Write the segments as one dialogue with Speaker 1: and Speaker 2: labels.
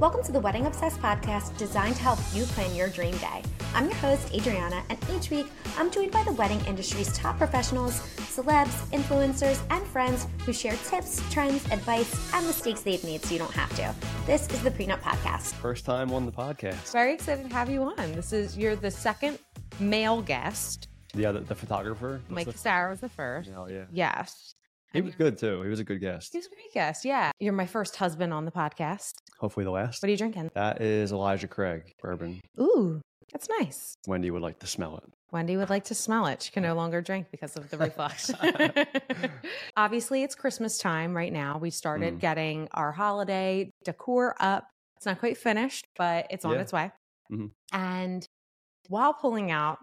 Speaker 1: Welcome to the Wedding Obsessed podcast designed to help you plan your dream day. I'm your host, Adriana, and each week I'm joined by the wedding industry's top professionals, celebs, influencers, and friends who share tips, trends, advice, and mistakes they've made so you don't have to. This is the Prenup Podcast.
Speaker 2: First time on the podcast.
Speaker 3: Very excited to have you on. This is you're the second male guest.
Speaker 2: Yeah, the, the photographer. That's
Speaker 3: Mike
Speaker 2: the-
Speaker 3: Sarah was the first.
Speaker 2: Hell yeah.
Speaker 3: Yes.
Speaker 2: He
Speaker 3: And
Speaker 2: was
Speaker 3: you're-
Speaker 2: good too. He was a good guest.
Speaker 3: He was a great guest. Yeah. You're my first husband on the podcast.
Speaker 2: Hopefully the last.
Speaker 3: What are you drinking?
Speaker 2: That is Elijah Craig bourbon.
Speaker 3: Ooh, that's nice.
Speaker 2: Wendy would like to smell it.
Speaker 3: Wendy would like to smell it. She can no longer drink because of the reflux. Obviously, it's Christmas time right now. We started
Speaker 2: Mm.
Speaker 3: getting our holiday decor up. It's not quite finished, but it's on
Speaker 2: Yeah.
Speaker 3: its way.
Speaker 2: Mhm.
Speaker 3: And while pulling out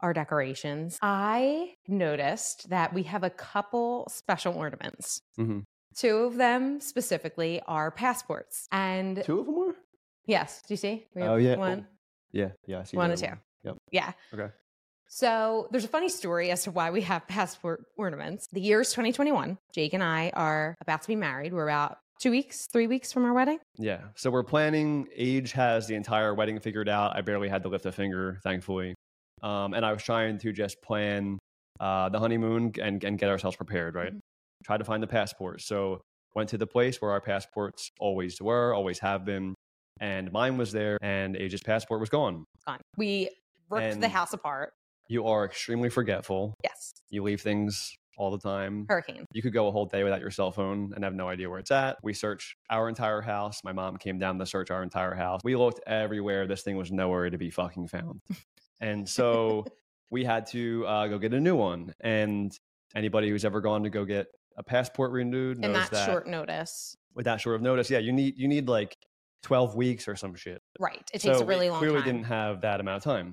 Speaker 3: our decorations, I noticed that we have a couple special ornaments.
Speaker 2: Mhm.
Speaker 3: Two of them specifically are passports. And
Speaker 2: Two of them were?
Speaker 3: yes, do you see? We
Speaker 2: Oh, yeah. Oh,
Speaker 3: One.
Speaker 2: Yeah. Yeah. I see. the
Speaker 3: One or
Speaker 2: other
Speaker 3: two.
Speaker 2: Yep.
Speaker 3: Yeah.
Speaker 2: Okay.
Speaker 3: So there's a funny story as to why we have passport ornaments. The year is 2021. Jake and I are about to be married. We're about two weeks, three weeks from our wedding.
Speaker 2: Yeah. So we're planning. Age has the entire wedding figured out. I barely had to lift a finger, thankfully. Um, and I was trying to just plan uh, the honeymoon and, and get ourselves prepared, right? Try to find the passport. So went to the place where our passports always were, always have been. And mine was there, and Age's passport was gone.
Speaker 3: Gone. We ripped
Speaker 2: And-
Speaker 3: the house apart.
Speaker 2: You are extremely forgetful.
Speaker 3: Yes.
Speaker 2: You leave things all the time.
Speaker 3: Hurricane.
Speaker 2: You could go a whole day without your cell phone and have no idea where it's at. We search our entire house. My mom came down to search our entire house. We looked everywhere. This thing was nowhere to be fucking found. And so we had to uh, go get a new one. And anybody who's ever gone to go get a passport renewed
Speaker 3: And
Speaker 2: knows
Speaker 3: that's
Speaker 2: that
Speaker 3: short notice.
Speaker 2: with that short of notice, yeah, you need you need like twelve weeks or some shit.
Speaker 3: Right. It takes
Speaker 2: So
Speaker 3: a really
Speaker 2: we
Speaker 3: long
Speaker 2: clearly
Speaker 3: time.
Speaker 2: didn't have that amount of time.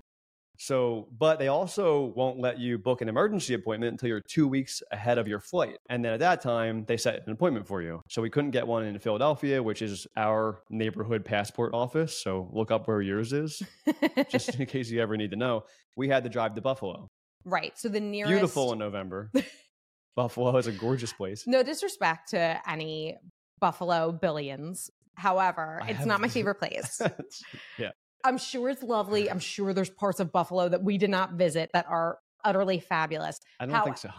Speaker 2: So, but they also won't let you book an emergency appointment until you're two weeks ahead of your flight. And then at that time, they set an appointment for you. So we couldn't get one in Philadelphia, which is our neighborhood passport office. So look up where yours is, just in case you ever need to know. We had to drive to Buffalo.
Speaker 3: right. So the nearest
Speaker 2: Beautiful in November. Buffalo is a gorgeous place.
Speaker 3: No disrespect to any Buffalo billions. However,
Speaker 2: I
Speaker 3: it's
Speaker 2: have-
Speaker 3: not my favorite place.
Speaker 2: yeah.
Speaker 3: I'm sure it's lovely. I'm sure there's parts of Buffalo that we did not visit that are utterly fabulous.
Speaker 2: I don't
Speaker 3: How-
Speaker 2: think so.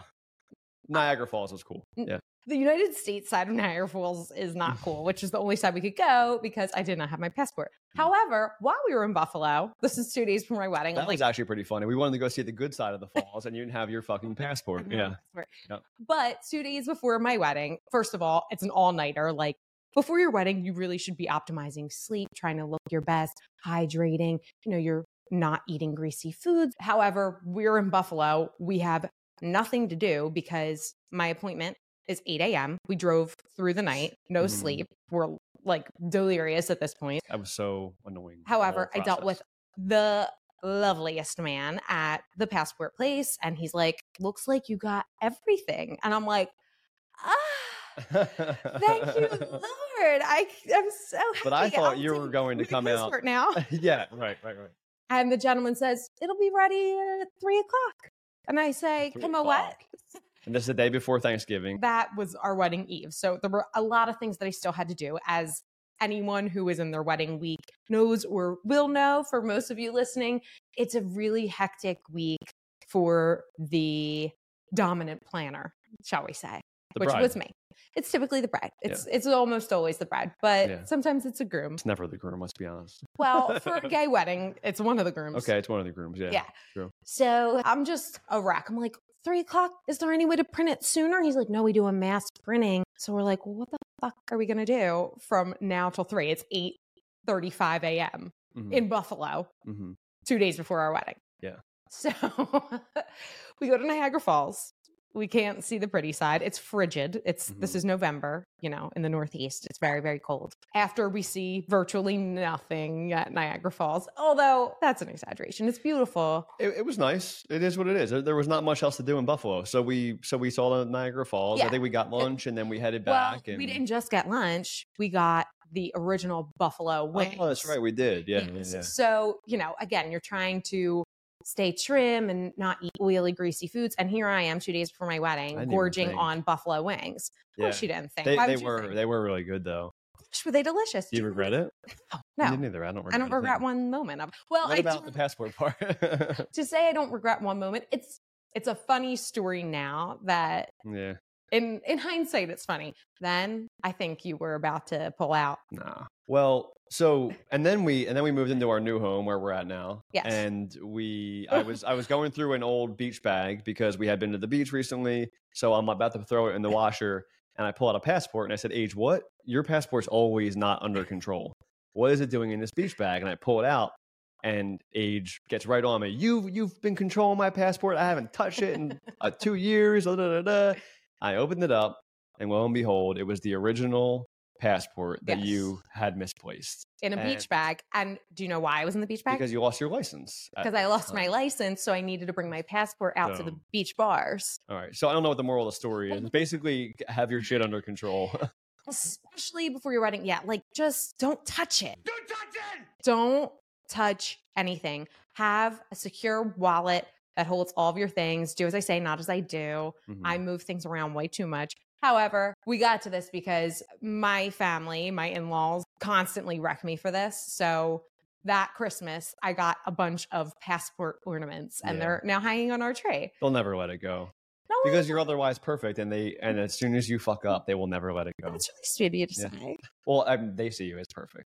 Speaker 2: Niagara Falls was cool.
Speaker 3: N-
Speaker 2: Yeah.
Speaker 3: The United States side of Niagara Falls is
Speaker 2: Mm.
Speaker 3: not cool, which is the only side we could go because I did not have my passport.
Speaker 2: Mm.
Speaker 3: However, while we were in Buffalo, this is two days from my wedding. I'm
Speaker 2: That
Speaker 3: like,
Speaker 2: was actually pretty funny. We wanted to go see the good side of the falls, and you didn't have your fucking
Speaker 3: I
Speaker 2: passport.
Speaker 3: don't have
Speaker 2: Yeah.
Speaker 3: my passport.
Speaker 2: Yep.
Speaker 3: But two days before my wedding, first of all, it's an all nighter. Like before your wedding, you really should be optimizing sleep, trying to look your best, hydrating. You know, you're not eating greasy foods. However, we're in Buffalo. We have nothing to do because my appointment is 8 a.m. We drove through the night, no
Speaker 2: Mhm.
Speaker 3: sleep. We're like delirious at this point.
Speaker 2: I was so annoying. the
Speaker 3: However,
Speaker 2: whole
Speaker 3: I dealt
Speaker 2: process.
Speaker 3: with the loveliest man at the passport place, and he's like, "Looks like you got everything," and I'm like, "Ah, thank you, Lord! I am so happy."
Speaker 2: But I thought
Speaker 3: I'll
Speaker 2: you were
Speaker 3: take
Speaker 2: going to
Speaker 3: my
Speaker 2: come out-
Speaker 3: passport now."
Speaker 2: yeah. Right. Right. Right.
Speaker 3: And the gentleman says, "It'll be ready at three o'clock," and I say,
Speaker 2: Three
Speaker 3: "Come a what?"
Speaker 2: o'clock. And this is the day before Thanksgiving.
Speaker 3: That was our wedding eve, so there were a lot of things that I still had to do as. Anyone who is in their wedding week knows or will know for most of you listening, it's a really hectic week for the dominant planner, shall we say,
Speaker 2: The
Speaker 3: which
Speaker 2: bride.
Speaker 3: was me. It's typically the bride. It's it's almost always the bride, but
Speaker 2: Yeah.
Speaker 3: sometimes it's a groom.
Speaker 2: It's never the groom. Let's be honest.
Speaker 3: Well, for a gay wedding, it's one of the grooms.
Speaker 2: Okay, it's one of the grooms. Yeah.
Speaker 3: Yeah. So I'm just a wreck. I'm like, three o'clock. Is there any way to print it sooner? He's like, no, we do a mass printing. So we're like, well, what the fuck are we gonna do from now till three? It's eight thirty-five a.m.
Speaker 2: Mhm,
Speaker 3: in Buffalo.
Speaker 2: mhm.
Speaker 3: two days before our wedding.
Speaker 2: Yeah.
Speaker 3: So we go to Niagara Falls. We can't see the pretty side. It's frigid. It's this
Speaker 2: Mhm.
Speaker 3: is November, you know, in the Northeast. It's very, very cold. After we see virtually nothing at Niagara Falls, although that's an exaggeration. It's beautiful.
Speaker 2: It, it was nice. It is what it is. There, there was not much else to do in Buffalo, so we so we saw the Niagara Falls. I
Speaker 3: Yeah.
Speaker 2: think we got lunch, and then we headed
Speaker 3: Well,
Speaker 2: back. and
Speaker 3: we didn't just get lunch. We got the original buffalo wings.
Speaker 2: Oh, that's right. We did. Yeah. yeah,
Speaker 3: Yes.
Speaker 2: yeah.
Speaker 3: So, you know, again, you're trying to stay trim and not eat oily, greasy foods. And here I am two days before my
Speaker 2: I didn't
Speaker 3: wedding,
Speaker 2: even
Speaker 3: gorging
Speaker 2: think.
Speaker 3: on buffalo wings. Of
Speaker 2: yeah.
Speaker 3: course, she didn't think.
Speaker 2: They,
Speaker 3: Why
Speaker 2: they
Speaker 3: would you
Speaker 2: were
Speaker 3: think?
Speaker 2: they were really good though.
Speaker 3: Were they delicious?
Speaker 2: Do you regret it?
Speaker 3: Oh,
Speaker 2: Me
Speaker 3: no,
Speaker 2: neither. I don't regret.
Speaker 3: I don't
Speaker 2: a
Speaker 3: regret
Speaker 2: thing.
Speaker 3: one moment of. Well,
Speaker 2: What
Speaker 3: I
Speaker 2: about
Speaker 3: do
Speaker 2: the passport part?
Speaker 3: to say I don't regret one moment. It's it's a funny story now that
Speaker 2: yeah.
Speaker 3: in in hindsight it's funny. Then I think you were about to pull out.
Speaker 2: Nah. Well, so and then we and then we moved into our new home where we're at now.
Speaker 3: Yes.
Speaker 2: And we I was I was going through an old beach bag because we had been to the beach recently. So I'm about to throw it in the washer and I pull out a passport and I said, Age, what? Your passport's always not under control. What is it doing in this beach bag? And I pull it out and age gets right on me. You you've been controlling my passport. I haven't touched it in uh, two years. Da, da, da, da. I opened it up, and lo and behold, it was the original passport that
Speaker 3: Yes.
Speaker 2: you had misplaced
Speaker 3: in a
Speaker 2: And-
Speaker 3: beach bag. And do you know why I was in the beach bag?
Speaker 2: because you lost your license. at
Speaker 3: Because I
Speaker 2: the
Speaker 3: lost
Speaker 2: time.
Speaker 3: my license, so I needed to bring my passport out to the
Speaker 2: Dumb.
Speaker 3: beach bars.
Speaker 2: All right, so I don't know what the moral of the story is. Basically, g- have your shit under control.
Speaker 3: Especially before your wedding. Yeah, like just don't touch it. Don't touch it. Don't touch anything. Have a secure wallet that holds all of your things. Do as I say, not as I do.
Speaker 2: Mhm.
Speaker 3: I move things around way too much. However, we got to this because my family, my in laws, constantly wreck me for this. So that Christmas, I got a bunch of passport ornaments and
Speaker 2: Yeah.
Speaker 3: they're now hanging on our tree.
Speaker 2: They'll never let it go
Speaker 3: No, one-
Speaker 2: because you're otherwise perfect, and they and as soon as you fuck up, they will never let it go.
Speaker 3: that's really sweet of you to
Speaker 2: Yeah.
Speaker 3: say.
Speaker 2: Well, I mean, they see you as perfect,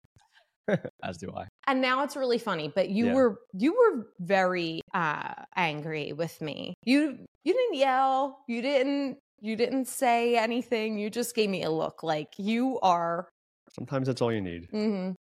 Speaker 2: as do I.
Speaker 3: And now it's really funny, but you
Speaker 2: Yeah.
Speaker 3: were you were very uh angry with me. You you didn't yell, you didn't you didn't say anything. You just gave me a look like you are
Speaker 2: Sometimes that's all you need.
Speaker 3: mhm.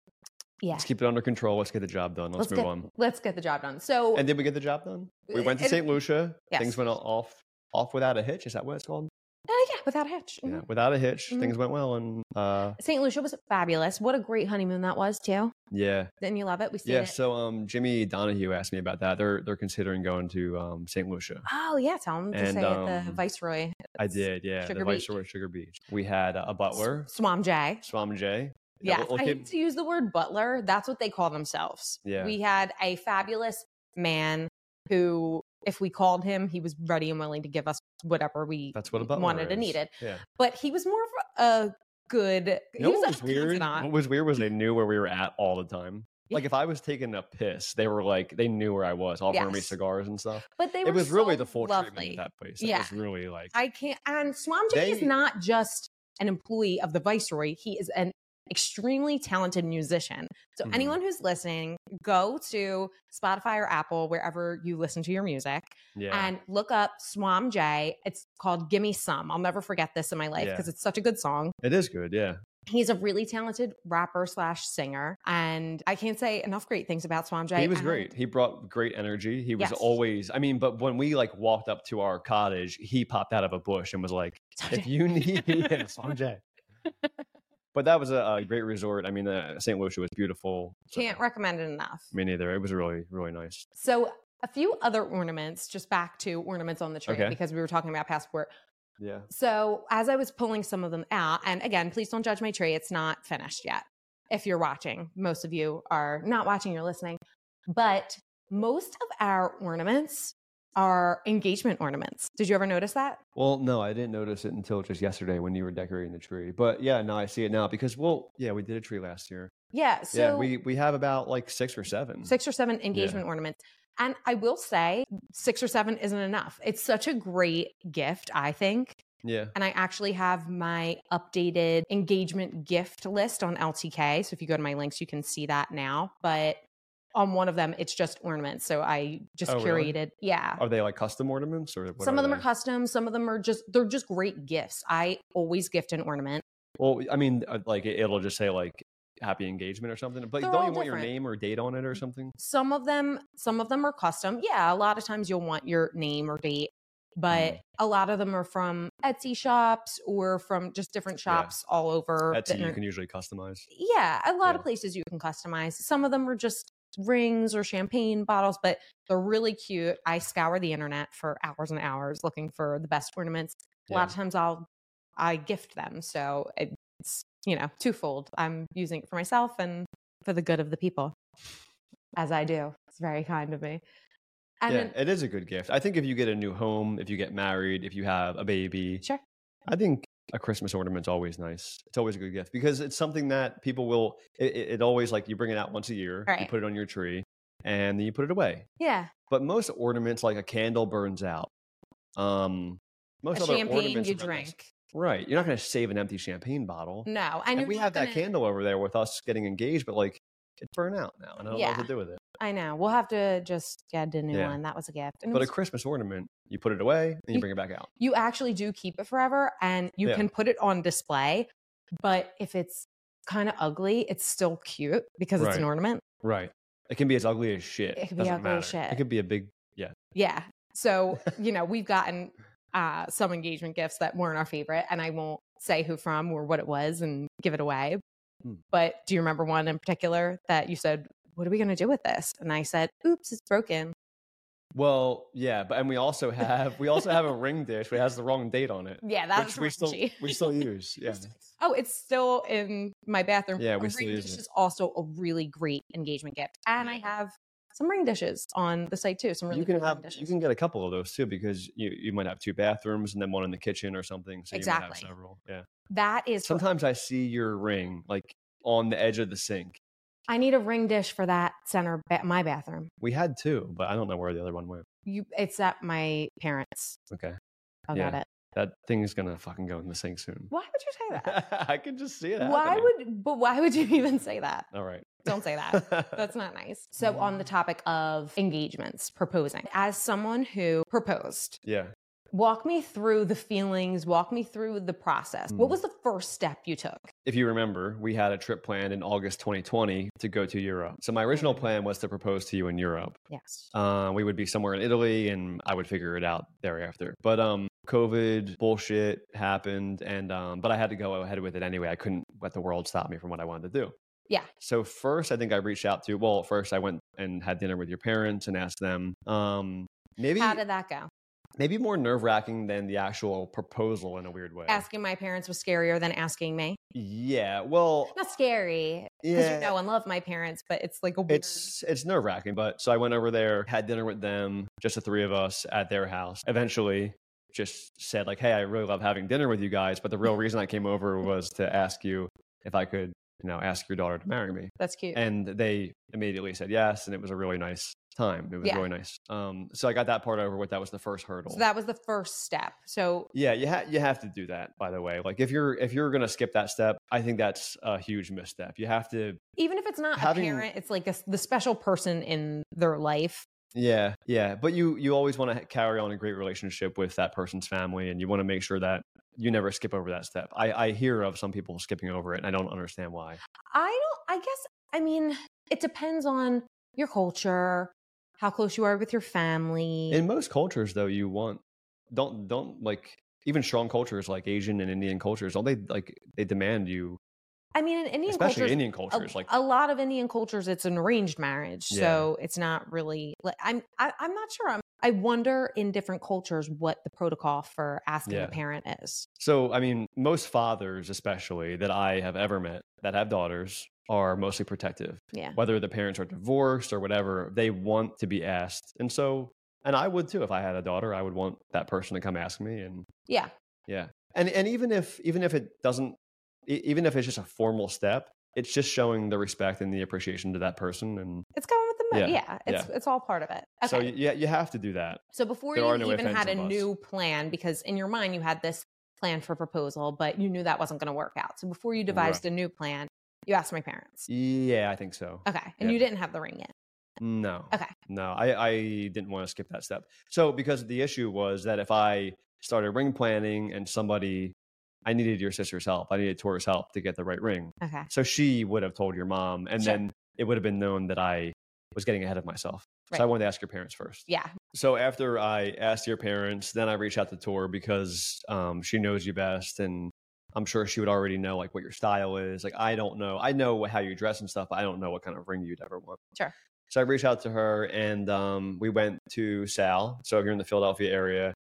Speaker 3: Yeah.
Speaker 2: Let's keep it under control. Let's get the job done. Let's,
Speaker 3: Let's
Speaker 2: move
Speaker 3: get-
Speaker 2: on.
Speaker 3: Let's get the job done. So
Speaker 2: And did we get the job done? We went to
Speaker 3: Eh, And-
Speaker 2: St. Lucia.
Speaker 3: Yes.
Speaker 2: Things went off off without a hitch. Is that what it's called?
Speaker 3: Uh, yeah, without a hitch.
Speaker 2: Yeah,
Speaker 3: Mhm.
Speaker 2: without a hitch,
Speaker 3: Mhm.
Speaker 2: things went well, and uh,
Speaker 3: St. Lucia was fabulous. What a great honeymoon that was, too.
Speaker 2: yeah,
Speaker 3: Didn't you love it? We seen
Speaker 2: yeah.
Speaker 3: it.
Speaker 2: So um, Jimmy Donahue asked me about that. They're they're considering going to um, St. Lucia.
Speaker 3: Oh, yeah. Tell them to
Speaker 2: And,
Speaker 3: say at the
Speaker 2: um,
Speaker 3: Viceroy.
Speaker 2: I did, yeah.
Speaker 3: Sugar
Speaker 2: the
Speaker 3: Beach.
Speaker 2: Viceroy at Sugar Beach. We had a butler,
Speaker 3: Swam Jay.
Speaker 2: Swamjay.
Speaker 3: Yes,
Speaker 2: we'll- we'll
Speaker 3: I
Speaker 2: keep-
Speaker 3: hate to use the word butler. That's what they call themselves.
Speaker 2: Yeah.
Speaker 3: We had a fabulous man who, if we called him, he was ready and willing to give us whatever we
Speaker 2: That's what a butler
Speaker 3: wanted
Speaker 2: is.
Speaker 3: and needed.
Speaker 2: Yeah.
Speaker 3: But he was more of a good.
Speaker 2: You know
Speaker 3: he
Speaker 2: what
Speaker 3: was,
Speaker 2: was
Speaker 3: a
Speaker 2: weird?
Speaker 3: confidant.
Speaker 2: What was weird was they knew where we were at all the time.
Speaker 3: Yeah.
Speaker 2: Like if I was taking a piss, they were like they knew where I was, offering me
Speaker 3: Yes.
Speaker 2: cigars and stuff.
Speaker 3: But they were
Speaker 2: it was really
Speaker 3: so
Speaker 2: the full
Speaker 3: lovely.
Speaker 2: treatment at that place.
Speaker 3: Yeah.
Speaker 2: It was really like
Speaker 3: I can't. And Swamjay is
Speaker 2: They-
Speaker 3: not just an employee of the Viceroy. He is an extremely talented musician. So
Speaker 2: Mhm.
Speaker 3: anyone who's listening, go to Spotify or Apple, wherever you listen to your music,
Speaker 2: yeah.
Speaker 3: and look up Swamjay. It's called "Gimme Some." I'll never forget this in my life
Speaker 2: Yeah.
Speaker 3: because it's such a good song.
Speaker 2: it is good, yeah.
Speaker 3: He's a really talented rapper slash singer, and I can't say enough great things about Swamjay.
Speaker 2: He was
Speaker 3: and-
Speaker 2: great. He brought great energy. He was
Speaker 3: um Yes.
Speaker 2: always, I mean, but when we like walked up to our cottage, he popped out of a bush and was like, if
Speaker 3: Swamjay.
Speaker 2: you need yeah, Sanjay. But that was a, a great resort. I mean, uh, St. Lucia was beautiful. so-
Speaker 3: Can't recommend it enough.
Speaker 2: Me neither. It was really, really nice.
Speaker 3: So a few other ornaments, just back to ornaments on the tree
Speaker 2: Okay.
Speaker 3: because we were talking about passport.
Speaker 2: Yeah.
Speaker 3: So as I was pulling some of them out, and again, please don't judge my tree; it's not finished yet. If you're watching, most of you are not watching; you're listening. But most of our ornaments are engagement ornaments. Did you ever notice that?
Speaker 2: Well, no, I didn't notice it until just yesterday when you were decorating the tree. But yeah, no, I see it now because, well, yeah, we did a tree last year.
Speaker 3: Yeah. So
Speaker 2: yeah, we we have about like six or seven.
Speaker 3: six or seven engagement ornaments. And I will say, six or seven isn't enough. It's such a great gift, I think.
Speaker 2: Yeah.
Speaker 3: And I actually have my updated engagement gift list on LTK. So if you go to my links, you can see that now. But on one of them, it's just ornaments. So I just
Speaker 2: Oh, really?
Speaker 3: curated. Yeah.
Speaker 2: Are they like custom ornaments or what
Speaker 3: some of them are
Speaker 2: they?
Speaker 3: custom, some of them are just, they're just great gifts. I always gift an ornament.
Speaker 2: Well, I mean, uh, like it- it'll just say like happy engagement or something, but
Speaker 3: They're
Speaker 2: don't
Speaker 3: all
Speaker 2: you want your
Speaker 3: different. Mm-hmm.
Speaker 2: name or date on it or something?
Speaker 3: Some of them, some of them are custom. Yeah. A lot of times you'll want your name or date, but
Speaker 2: Mm.
Speaker 3: a lot of them are from Etsy shops or from just different
Speaker 2: Yeah.
Speaker 3: shops all over. the
Speaker 2: Etsy, you
Speaker 3: inter-
Speaker 2: can usually customize.
Speaker 3: yeah, a lot of
Speaker 2: Yeah.
Speaker 3: places you can customize. Some of them are just rings or champagne bottles, but they're really cute. I scour the internet for hours and hours looking for the best ornaments. A lot
Speaker 2: Yeah.
Speaker 3: of times I'll I gift them, so it's you know twofold. I'm using it for myself and for the good of the people, as I do. It's very kind of me. And
Speaker 2: yeah,
Speaker 3: then,
Speaker 2: it is a good gift. I think if you get a new home, if you get married, if you have a baby,
Speaker 3: sure,
Speaker 2: I think a Christmas ornament's always nice. It's always a good gift because it's something that people will. It, it, it always like you bring it out once a year, you
Speaker 3: Right.
Speaker 2: put it on your tree, and then you put it away.
Speaker 3: Yeah.
Speaker 2: But most ornaments, like a candle, burns out. Um, most
Speaker 3: A
Speaker 2: other
Speaker 3: champagne
Speaker 2: ornaments
Speaker 3: you
Speaker 2: around us-
Speaker 3: drink.
Speaker 2: right? You're not going to save an empty champagne bottle.
Speaker 3: No.
Speaker 2: And,
Speaker 3: And, you're
Speaker 2: we
Speaker 3: not
Speaker 2: have that
Speaker 3: gonna-
Speaker 2: candle over there with us getting engaged, but like it's burnt out now, and I don't know what
Speaker 3: Yeah.
Speaker 2: to do with it.
Speaker 3: I know. We'll have to just get a new
Speaker 2: Yeah.
Speaker 3: one. That was a gift. And it
Speaker 2: But a
Speaker 3: was-
Speaker 2: Christmas ornament, you put it away and you
Speaker 3: You-
Speaker 2: bring it back out.
Speaker 3: you actually do keep it forever and you
Speaker 2: Yeah.
Speaker 3: can put it on display. But if it's kind of ugly, it's still cute because it's an
Speaker 2: Right.
Speaker 3: ornament.
Speaker 2: Right. It can be as ugly as shit.
Speaker 3: It can be
Speaker 2: Doesn't
Speaker 3: ugly
Speaker 2: matter.
Speaker 3: as
Speaker 2: It
Speaker 3: shit.
Speaker 2: could be a big.
Speaker 3: Yeah. So, you know, we've gotten uh, some engagement gifts that weren't our favorite, and I won't say who from or what it was and give it away.
Speaker 2: Hmm.
Speaker 3: But do you remember one in particular that you said, What are we going to do with this? And I said, Oops, it's broken.
Speaker 2: Well, yeah, but and we also have we also have a ring dish, but it has the wrong date on it,
Speaker 3: Yeah, that
Speaker 2: which
Speaker 3: was
Speaker 2: we still
Speaker 3: raunchy.
Speaker 2: we still use. Yeah.
Speaker 3: Oh, it's still in my bathroom.
Speaker 2: Yeah,
Speaker 3: A
Speaker 2: we still
Speaker 3: ring
Speaker 2: use
Speaker 3: dish
Speaker 2: it.
Speaker 3: is also a really great engagement gift, and I have some ring dishes on the site too. Some really
Speaker 2: you can
Speaker 3: cool ring
Speaker 2: have
Speaker 3: dishes.
Speaker 2: you can get a couple of those too because you, you might have two bathrooms and then one in the kitchen or something. So you might
Speaker 3: Exactly.
Speaker 2: have several. Yeah.
Speaker 3: that is for-
Speaker 2: Sometimes I see your ring like on the edge of the sink.
Speaker 3: I need a ring dish for that center ba- my bathroom.
Speaker 2: We had two, but I don't know where the other one went.
Speaker 3: You, it's at my parents.
Speaker 2: Okay.
Speaker 3: I
Speaker 2: Yeah.
Speaker 3: got it.
Speaker 2: That thing's gonna fucking go in the sink soon.
Speaker 3: Why would you say that?
Speaker 2: I can just see it.
Speaker 3: why
Speaker 2: happening.
Speaker 3: would? But why would you even say that?
Speaker 2: All right.
Speaker 3: Don't say that. That's not nice. So, on the
Speaker 2: Mm.
Speaker 3: topic of engagements, proposing, as someone who proposed,
Speaker 2: yeah.
Speaker 3: Walk me through the feelings, walk me through the process.
Speaker 2: Mm.
Speaker 3: What was the first step you took?
Speaker 2: if you remember, we had a trip planned in August 2020 to go to Europe. So my original plan was to propose to you in Europe.
Speaker 3: Yes.
Speaker 2: Uh, we would be somewhere in Italy, and I would figure it out thereafter. But um, COVID bullshit happened, and um, but I had to go ahead with it anyway. I couldn't let the world stop me from what I wanted to do.
Speaker 3: Yeah.
Speaker 2: So first, I think I reached out to. Well, first I went and had dinner with your parents and asked them. Um, maybe
Speaker 3: How did that go?
Speaker 2: maybe more nerve wracking than the actual proposal in a weird way.
Speaker 3: Asking my parents was scarier than asking me.
Speaker 2: yeah. Well.
Speaker 3: Not scary, because
Speaker 2: Yeah.
Speaker 3: you know and love my parents, but it's like a weird.
Speaker 2: It's it's nerve wracking, but so I went over there, had dinner with them, just the three of us at their house. Eventually, just said like, "Hey, I really love having dinner with you guys, but the real reason I came over was to ask you if I could, you know, ask your daughter to marry me."
Speaker 3: That's cute.
Speaker 2: And they immediately said yes, and it was a really nice time. It was
Speaker 3: Yeah.
Speaker 2: really nice. Um, so I got that part over with. That was the first hurdle.
Speaker 3: so that was the first step. So
Speaker 2: yeah, you ha- you have to do that. By the way, like if you're if you're gonna skip that step, I think that's a huge misstep. You have to
Speaker 3: even if it's not
Speaker 2: Having-
Speaker 3: a parent, it's like a s the special person in their life.
Speaker 2: Yeah, yeah, but you you always want to carry on a great relationship with that person's family, and you want to make sure that you never skip over that step. I I hear of some people skipping over it, and I don't understand why.
Speaker 3: I don't, I guess, I mean, it depends on your culture, how close you are with your family.
Speaker 2: In most cultures, though, you want don't don't like even strong cultures like Asian and Indian cultures don't they like they demand you,
Speaker 3: I mean, in Indian
Speaker 2: especially
Speaker 3: cultures,
Speaker 2: Indian
Speaker 3: a,
Speaker 2: cultures like
Speaker 3: a lot of Indian cultures, it's an arranged marriage,
Speaker 2: Yeah.
Speaker 3: so it's not really. Like, I'm I, I'm not sure. I'm, I wonder in different cultures what the protocol for asking
Speaker 2: Yeah.
Speaker 3: a parent is.
Speaker 2: So, I mean, most fathers, especially that I have ever met that have daughters, are mostly protective.
Speaker 3: Yeah.
Speaker 2: Whether the parents are divorced or whatever, they want to be asked. And so, and I would too if I had a daughter, I would want that person to come ask me. And
Speaker 3: Yeah,
Speaker 2: yeah, and and even if even if it doesn't, e- even if it's just a formal step, it's just showing the respect and the appreciation to that person. And
Speaker 3: it's going with the mo-
Speaker 2: Yeah,
Speaker 3: yeah. it's it's all part of it. Okay.
Speaker 2: so,
Speaker 3: So,
Speaker 2: y- yeah, you have to do that.
Speaker 3: before
Speaker 2: there
Speaker 3: you
Speaker 2: are no
Speaker 3: even had a
Speaker 2: offensive us.
Speaker 3: new plan, because in your mind you had this plan for proposal, but you knew that wasn't going to work out. So before you devised a new plan, you asked my parents.
Speaker 2: Yeah, I think so.
Speaker 3: Okay, and
Speaker 2: Yeah.
Speaker 3: you didn't have the ring yet.
Speaker 2: No.
Speaker 3: Okay.
Speaker 2: No, I, I didn't want to skip that step. So because the issue was that if I started ring planning and somebody, I needed your sister's help. I needed Tora's help to get the right ring.
Speaker 3: Okay,
Speaker 2: So she would have told your mom, and
Speaker 3: Sure.
Speaker 2: then it would have been known that I was getting ahead of myself. So I
Speaker 3: Right.
Speaker 2: wanted to ask your parents first.
Speaker 3: yeah,
Speaker 2: So after I asked your parents, then I reached out to Tor because um, she knows you best, and I'm sure she would already know like what your style is. Like I don't know, I know how you dress and stuff, but I don't know what kind of ring you'd ever want.
Speaker 3: Sure.
Speaker 2: So I reached out to her, and um, we went to Sal. So if you're in the Philadelphia area,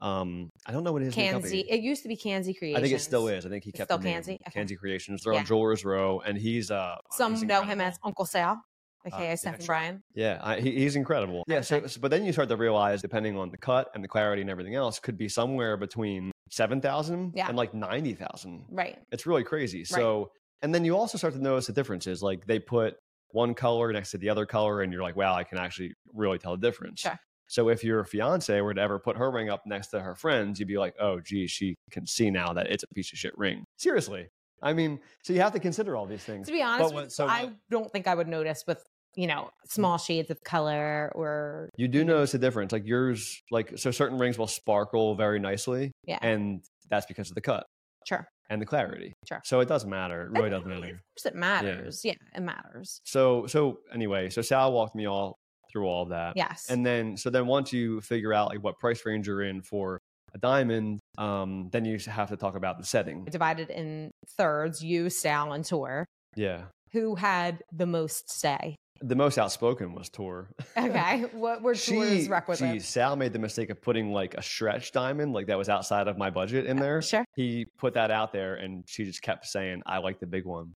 Speaker 2: um, I don't know what his new
Speaker 3: Kanzi.
Speaker 2: company-
Speaker 3: It used to be Kanzi Creations.
Speaker 2: I think it still is. I think he
Speaker 3: It's
Speaker 2: kept
Speaker 3: still
Speaker 2: the name,
Speaker 3: Kanzi? Okay.
Speaker 2: Kanzi Creations. They're on
Speaker 3: Yeah.
Speaker 2: Jewelers Row, and he's uh he's
Speaker 3: Some know him
Speaker 2: incredible.
Speaker 3: as Uncle Sal, aka
Speaker 2: yeah,
Speaker 3: Stephen
Speaker 2: sure.
Speaker 3: Bryan.
Speaker 2: Yeah, I, he, he's incredible. Yeah, so, so but then you start to realize, depending on the cut and the clarity and everything else, could be somewhere between 7,000
Speaker 3: Yeah.
Speaker 2: and like 90,000.
Speaker 3: Right.
Speaker 2: It's really crazy. So, and then you also start to notice the differences. Like they put one color next to the other color, and you're like, wow, I can actually really tell the difference.
Speaker 3: Sure.
Speaker 2: So if your fiance were to ever put her ring up next to her friend's, you'd be like, oh, geez, she can see now that it's a piece of shit ring. Seriously. I mean, so you have to consider all these things.
Speaker 3: To be honest,
Speaker 2: what-
Speaker 3: with,
Speaker 2: so Mm-hmm.
Speaker 3: I
Speaker 2: what-
Speaker 3: don't think I would notice with, you know, small shades of color or
Speaker 2: You do notice a difference. Like yours, like, so certain rings will sparkle very nicely.
Speaker 3: Yeah.
Speaker 2: And that's because of the cut
Speaker 3: sure.
Speaker 2: and the clarity.
Speaker 3: Sure.
Speaker 2: So it doesn't matter. It really
Speaker 3: That-
Speaker 2: doesn't
Speaker 3: I mean,
Speaker 2: matter.
Speaker 3: Of course it matters. Yeah, it matters.
Speaker 2: So, so anyway, so Sal walked me all through all of that.
Speaker 3: Yes.
Speaker 2: Uh, And then, so then once you figure out like what price range you're in for a diamond, um, then you s- have to talk about the setting.
Speaker 3: divided in thirds, you, Sal, and Tor.
Speaker 2: Yeah.
Speaker 3: Who had the most say?
Speaker 2: The most outspoken was Tor.
Speaker 3: Okay. what were Tor's
Speaker 2: geez,
Speaker 3: requisites?
Speaker 2: Sal made the mistake of putting like a stretch diamond, like that was outside of my budget in there.
Speaker 3: Sure.
Speaker 2: He put that out there and she just kept saying, I like the big one.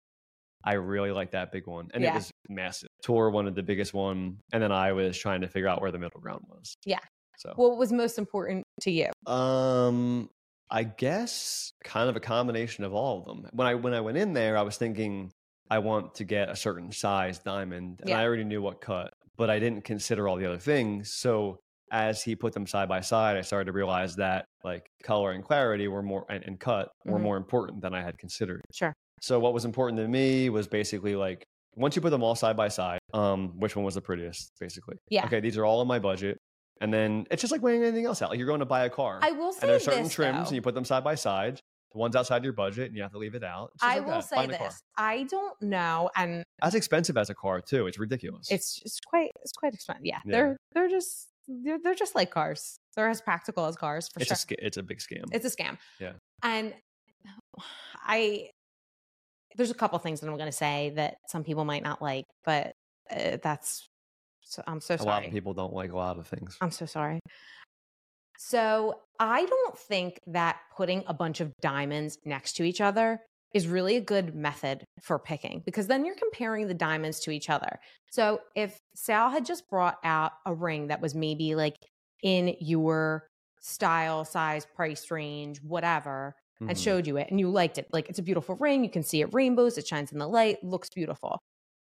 Speaker 2: I really like that big one. And
Speaker 3: Yeah.
Speaker 2: it was massive. Tor wanted the biggest one. And then I was trying to figure out where the middle ground was.
Speaker 3: Yeah.
Speaker 2: So
Speaker 3: What was most important to you?
Speaker 2: Um, I guess kind of a combination of all of them. When I when I went in there, I was thinking I want to get a certain size diamond, and
Speaker 3: Yeah.
Speaker 2: I already knew what cut, but I didn't consider all the other things. So as he put them side by side, I started to realize that like color and clarity were more and, and cut were
Speaker 3: Mhm.
Speaker 2: more important than I had considered.
Speaker 3: Sure.
Speaker 2: So what was important to me was basically like once you put them all side by side, um, which one was the prettiest, basically.
Speaker 3: Yeah.
Speaker 2: Okay, these are all in my budget. And then it's just like weighing anything else out. Like you're going to buy a car.
Speaker 3: I will say
Speaker 2: and there's certain
Speaker 3: this,
Speaker 2: trims
Speaker 3: though.
Speaker 2: and you put them side by side. The one's outside your budget and you have to leave it out. It's just
Speaker 3: I
Speaker 2: like
Speaker 3: will
Speaker 2: that.
Speaker 3: say
Speaker 2: Buying a car.
Speaker 3: this. I don't know, and
Speaker 2: As expensive as a car too. It's ridiculous.
Speaker 3: it's just quite it's quite expensive. Yeah,
Speaker 2: Yeah.
Speaker 3: they're they're just they're, they're just like cars. They're as practical as cars for
Speaker 2: it's
Speaker 3: sure.
Speaker 2: a sca- it's a big scam.
Speaker 3: it's a scam.
Speaker 2: Yeah.
Speaker 3: And I, there's a couple things that I'm going to say that some people might not like, but uh, that's, so, I'm so
Speaker 2: a
Speaker 3: sorry.
Speaker 2: lot of people don't like a lot of things.
Speaker 3: I'm so sorry. So I don't think that putting a bunch of diamonds next to each other is really a good method for picking because then you're comparing the diamonds to each other. So if Sal had just brought out a ring that was maybe like in your style, size, price range, whatever, and
Speaker 2: Mhm.
Speaker 3: showed you it and you liked it. Like it's a beautiful ring. You can see it rainbows. It shines in the light. Looks beautiful.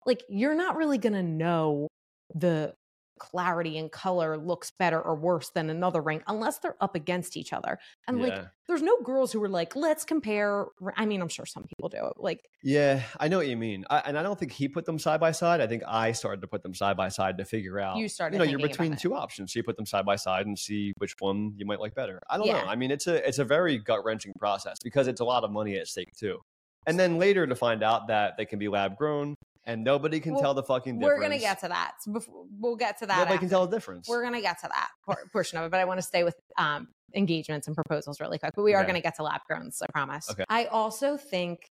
Speaker 3: Like you're not really going to know the clarity and color looks better or worse than another ring unless they're up against each other. And like
Speaker 2: Mm-hmm. Yeah.
Speaker 3: there's no girls who are like, let's compare. r- I mean, I'm sure some people do. Like,
Speaker 2: Yeah, I know what you mean. I, and I don't think he put them side by side. I think I started to put them side by side to figure out.
Speaker 3: You started
Speaker 2: You know, you're
Speaker 3: thinking about
Speaker 2: between
Speaker 3: it.
Speaker 2: two options. So you put them side by side and see which one you might like better. I don't
Speaker 3: Yeah.
Speaker 2: know. I mean, it's a it's a very gut wrenching process because it's a lot of money at stake too. And then later to find out that they can be lab grown and nobody can
Speaker 3: Well,
Speaker 2: tell the fucking difference.
Speaker 3: we're going to get to that. So before, we'll get to that.
Speaker 2: Nobody
Speaker 3: after.
Speaker 2: can tell the difference.
Speaker 3: We're going to get to that por- portion of it, but I want to stay with um, engagements and proposals really quick. But we are
Speaker 2: Okay.
Speaker 3: going to get to lab growns, I promise.
Speaker 2: Okay.
Speaker 3: I also think,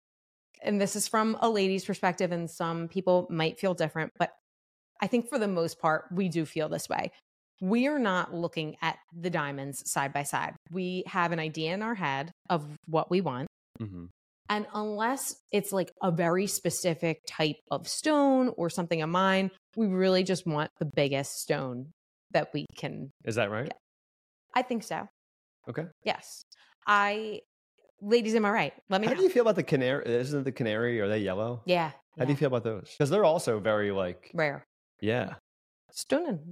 Speaker 3: and this is from a lady's perspective, and some people might feel different, but I think for the most part, we do feel this way. We are not looking at the diamonds side by side. We have an idea in our head of what we want.
Speaker 2: Mhm.
Speaker 3: And unless it's like a very specific type of stone or something of mine, we really just want the biggest stone that we can.
Speaker 2: Is that right?
Speaker 3: I think so.
Speaker 2: Okay.
Speaker 3: Yes. I, ladies, am I right? Let me
Speaker 2: How
Speaker 3: know.
Speaker 2: do you feel about the canary? Isn't the canary? Are they yellow?
Speaker 3: yeah.
Speaker 2: How do you
Speaker 3: yeah.
Speaker 2: feel about those? Because they're also very like
Speaker 3: Rare.
Speaker 2: yeah.
Speaker 3: Stunning.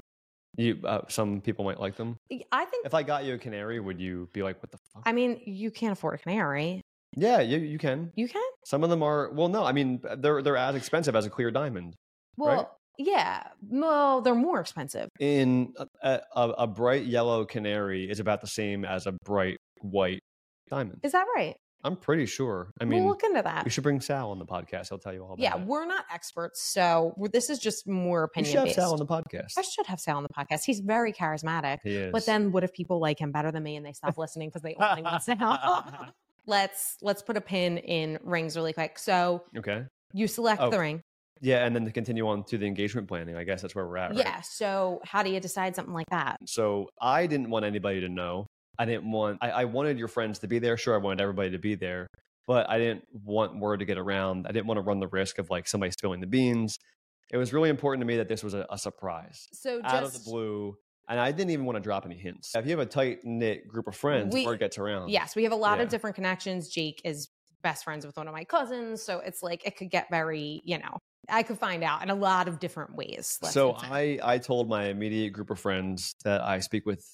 Speaker 2: You uh, some people might like them.
Speaker 3: I think,
Speaker 2: If I got you a canary, would you be like, what the fuck?
Speaker 3: I mean, you can't afford a canary.
Speaker 2: yeah, you, you can.
Speaker 3: You can?
Speaker 2: Some of them are well, no, I mean they're they're as expensive as a clear diamond.
Speaker 3: Well,
Speaker 2: Right?
Speaker 3: yeah. Well, they're more expensive.
Speaker 2: In a, a, a a bright yellow canary is about the same as a bright white diamond.
Speaker 3: Is that right?
Speaker 2: I'm pretty sure. I mean,
Speaker 3: we'll look into that.
Speaker 2: you should bring Sal on the podcast. He'll tell you all about
Speaker 3: Yeah,
Speaker 2: it.
Speaker 3: we're not experts. So we're- this is just more
Speaker 2: you
Speaker 3: opinion
Speaker 2: should have
Speaker 3: based.
Speaker 2: Sal on the podcast.
Speaker 3: I should have Sal on the podcast. He's very charismatic.
Speaker 2: He is.
Speaker 3: But then what if people like him better than me and they stop listening because they only want Sal? let's let's put a pin in rings really quick. So
Speaker 2: okay,
Speaker 3: you select the
Speaker 2: Oh,
Speaker 3: ring.
Speaker 2: yeah, and then to continue on to the engagement planning, I guess that's where we're at. Right?
Speaker 3: Yeah. So how do you decide something like that?
Speaker 2: So I didn't want anybody to know. I didn't want, I, I wanted your friends to be there. Sure, I wanted everybody to be there, but I didn't want word to get around. I didn't want to run the risk of like somebody spilling the beans. It was really important to me that this was a, a surprise
Speaker 3: So just
Speaker 2: out of the blue. And I didn't even want to drop any hints. If you have a tight knit group of friends,
Speaker 3: We-
Speaker 2: word gets around.
Speaker 3: Yes, we have a lot of
Speaker 2: Yeah.
Speaker 3: different connections. Jake is best friends with one of my cousins, so it's like it could get very, you know, I could find out in a lot of different ways. let's
Speaker 2: So
Speaker 3: just say.
Speaker 2: I, I told my immediate group of friends that I speak with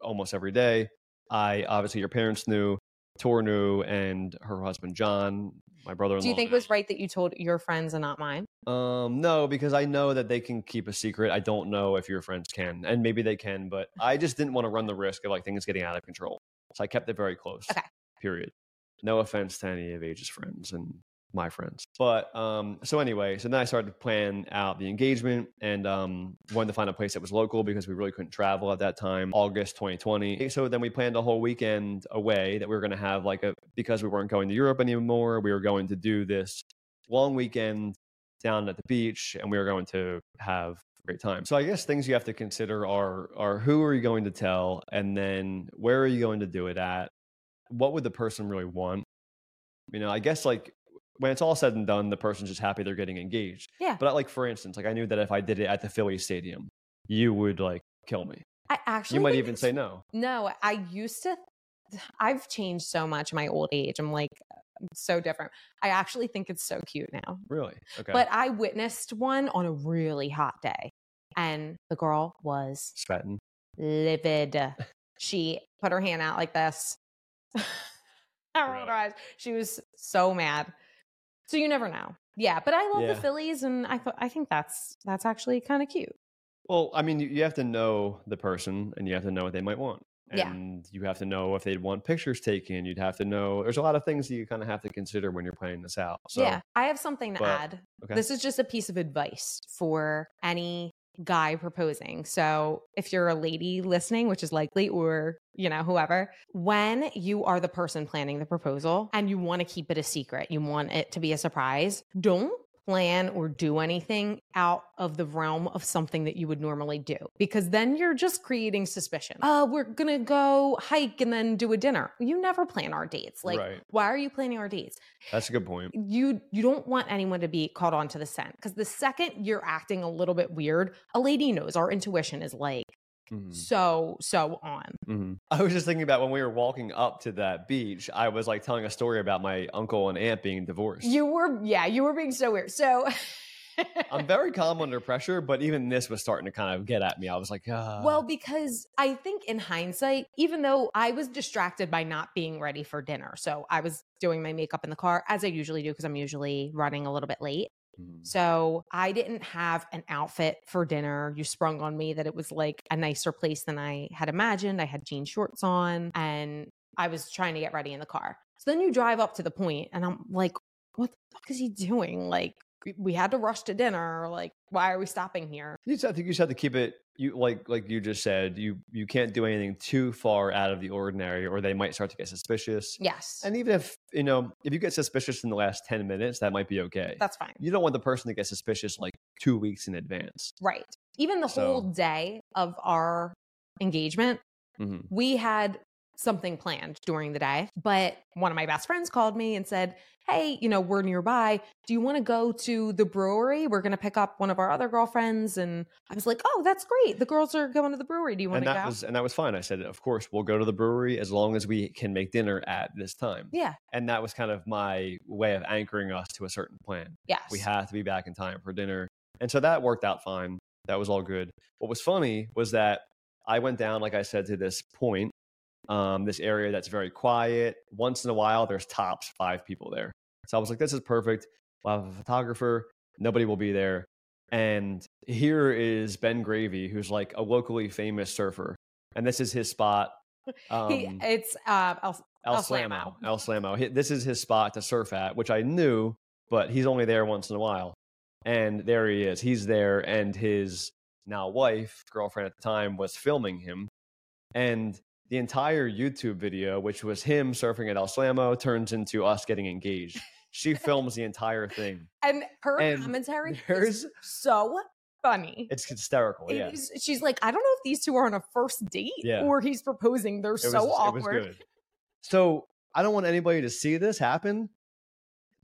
Speaker 2: almost every day. I obviously your parents knew, Tor knew, and her husband John, my brother-in-law.
Speaker 3: do you think it
Speaker 2: knew.
Speaker 3: was right that you told your friends and not mine?
Speaker 2: Um, no, because I know that they can keep a secret. I don't know if your friends can, and maybe they can, but I just didn't want to run the risk of like things getting out of control. So I kept it very close.
Speaker 3: Okay.
Speaker 2: Period. No offense to any of Age's friends and my friends. But um, so anyway, so then I started to plan out the engagement and um, wanted to find a place that was local because we really couldn't travel at that time, August 2020. So then we planned a whole weekend away that we were going to have like a, because we weren't going to Europe anymore, we were going to do this long weekend down at the beach and we were going to have a great time. So I guess things you have to consider are are who are you going to tell and then where are you going to do it at? What would the person really want? You know, I guess like when it's all said and done, the person's just happy they're getting engaged.
Speaker 3: Yeah.
Speaker 2: But like for instance, like I knew that if I did it at the Philly Stadium, you would like kill me.
Speaker 3: I actually
Speaker 2: You might
Speaker 3: think
Speaker 2: even
Speaker 3: it's-
Speaker 2: say no.
Speaker 3: No, I used to. I've changed so much in my old age. I'm like so different. I actually think it's so cute now.
Speaker 2: Really? Okay.
Speaker 3: But I witnessed one on a really hot day, and the girl was
Speaker 2: Sweating.
Speaker 3: livid. She put her hand out like this. I rolled
Speaker 2: Really?
Speaker 3: her eyes. She was so mad. So you never know. Yeah, but I love the
Speaker 2: Yeah.
Speaker 3: Phillies, and I th- I think that's that's actually kind of cute.
Speaker 2: Well, I mean, you, you have to know the person and you have to know what they might want.
Speaker 3: Yeah.
Speaker 2: And you have to know if they'd want pictures taken. You'd have to know. There's a lot of things that you kind of have to consider when you're planning this out. So,
Speaker 3: yeah, I have something to
Speaker 2: but-
Speaker 3: add.
Speaker 2: okay.
Speaker 3: This is just a piece of advice for any guy proposing. So, if you're a lady listening, which is likely, or, you know, whoever, when you are the person planning the proposal and you want to keep it a secret, you want it to be a surprise, don't plan or do anything out of the realm of something that you would normally do because then you're just creating suspicion. Uh, we're going to go hike and then do a dinner. You never plan our dates. Like,
Speaker 2: Right.
Speaker 3: why are you planning our dates?
Speaker 2: That's a good point.
Speaker 3: you you don't want anyone to be caught onto the scent because the second you're acting a little bit weird, a lady knows our intuition is like
Speaker 2: Mhm,
Speaker 3: so so on.
Speaker 2: mhm. I was just thinking about when we were walking up to that beach, I was like telling a story about my uncle and aunt being divorced.
Speaker 3: You were yeah, you were being so weird. So
Speaker 2: I'm very calm under pressure, but even this was starting to kind of get at me. I was like, ah.
Speaker 3: well because I think in hindsight, even though I was distracted by not being ready for dinner, so I was doing my makeup in the car as I usually do because I'm usually running a little bit late.
Speaker 2: Mhm.
Speaker 3: So I didn't have an outfit for dinner. You sprung on me that it was like a nicer place than I had imagined. I had jean shorts on and I was trying to get ready in the car. So then you drive up to the point and I'm like, what the fuck is he doing? Like, we- we had to rush to dinner. Like, why are we stopping here?
Speaker 2: You just, I think you just have to keep it. You like like you just said. You you can't do anything too far out of the ordinary, or they might start to get suspicious.
Speaker 3: Yes.
Speaker 2: And even if you know if you get suspicious in the last ten minutes, that might be okay.
Speaker 3: that's fine.
Speaker 2: you don't want the person to get suspicious like two weeks in advance.
Speaker 3: Right. Even the
Speaker 2: So-
Speaker 3: whole day of our engagement,
Speaker 2: Mhm.
Speaker 3: we had something planned during the day, but one of my best friends called me and said, Hey, you know, we're nearby. Do you want to go to the brewery? We're going to pick up one of our other girlfriends. And I was like, Oh, that's great. The girls are going to the brewery. Do you want
Speaker 2: And
Speaker 3: to
Speaker 2: that
Speaker 3: go?
Speaker 2: was and that was fine. I said, of course, we'll go to the brewery as long as we can make dinner at this time.
Speaker 3: yeah.
Speaker 2: And that was kind of my way of anchoring us to a certain plan.
Speaker 3: Yes.
Speaker 2: we have to be back in time for dinner. And so that worked out fine. That was all good. What was funny was that I went down, like I said, to this point, um, this area that's very quiet. Once in a while, there's tops five people there. So I was like, this is perfect. We'll have a photographer. Nobody will be there. And here is Ben Gravy, who's like a locally famous surfer. And this is his spot. Um,
Speaker 3: He- it's, uh, I'll-
Speaker 2: El
Speaker 3: El
Speaker 2: Slamo. El Slamo. He- This is his spot to surf at, which I knew, but he's only there once in a while. And there he is. He's there, and his now wife, girlfriend at the time, was filming him. And the entire YouTube video, which was him surfing at El Slamo, turns into us getting engaged. She films the entire thing.
Speaker 3: and her
Speaker 2: And
Speaker 3: commentary is
Speaker 2: There's,
Speaker 3: so funny.
Speaker 2: it's hysterical.
Speaker 3: It
Speaker 2: yeah.
Speaker 3: is- she's like, I don't know if these two are on a first date
Speaker 2: Yeah.
Speaker 3: or he's proposing. They're
Speaker 2: It
Speaker 3: so
Speaker 2: was,
Speaker 3: awkward.
Speaker 2: It was good. So I don't want anybody to see this happen.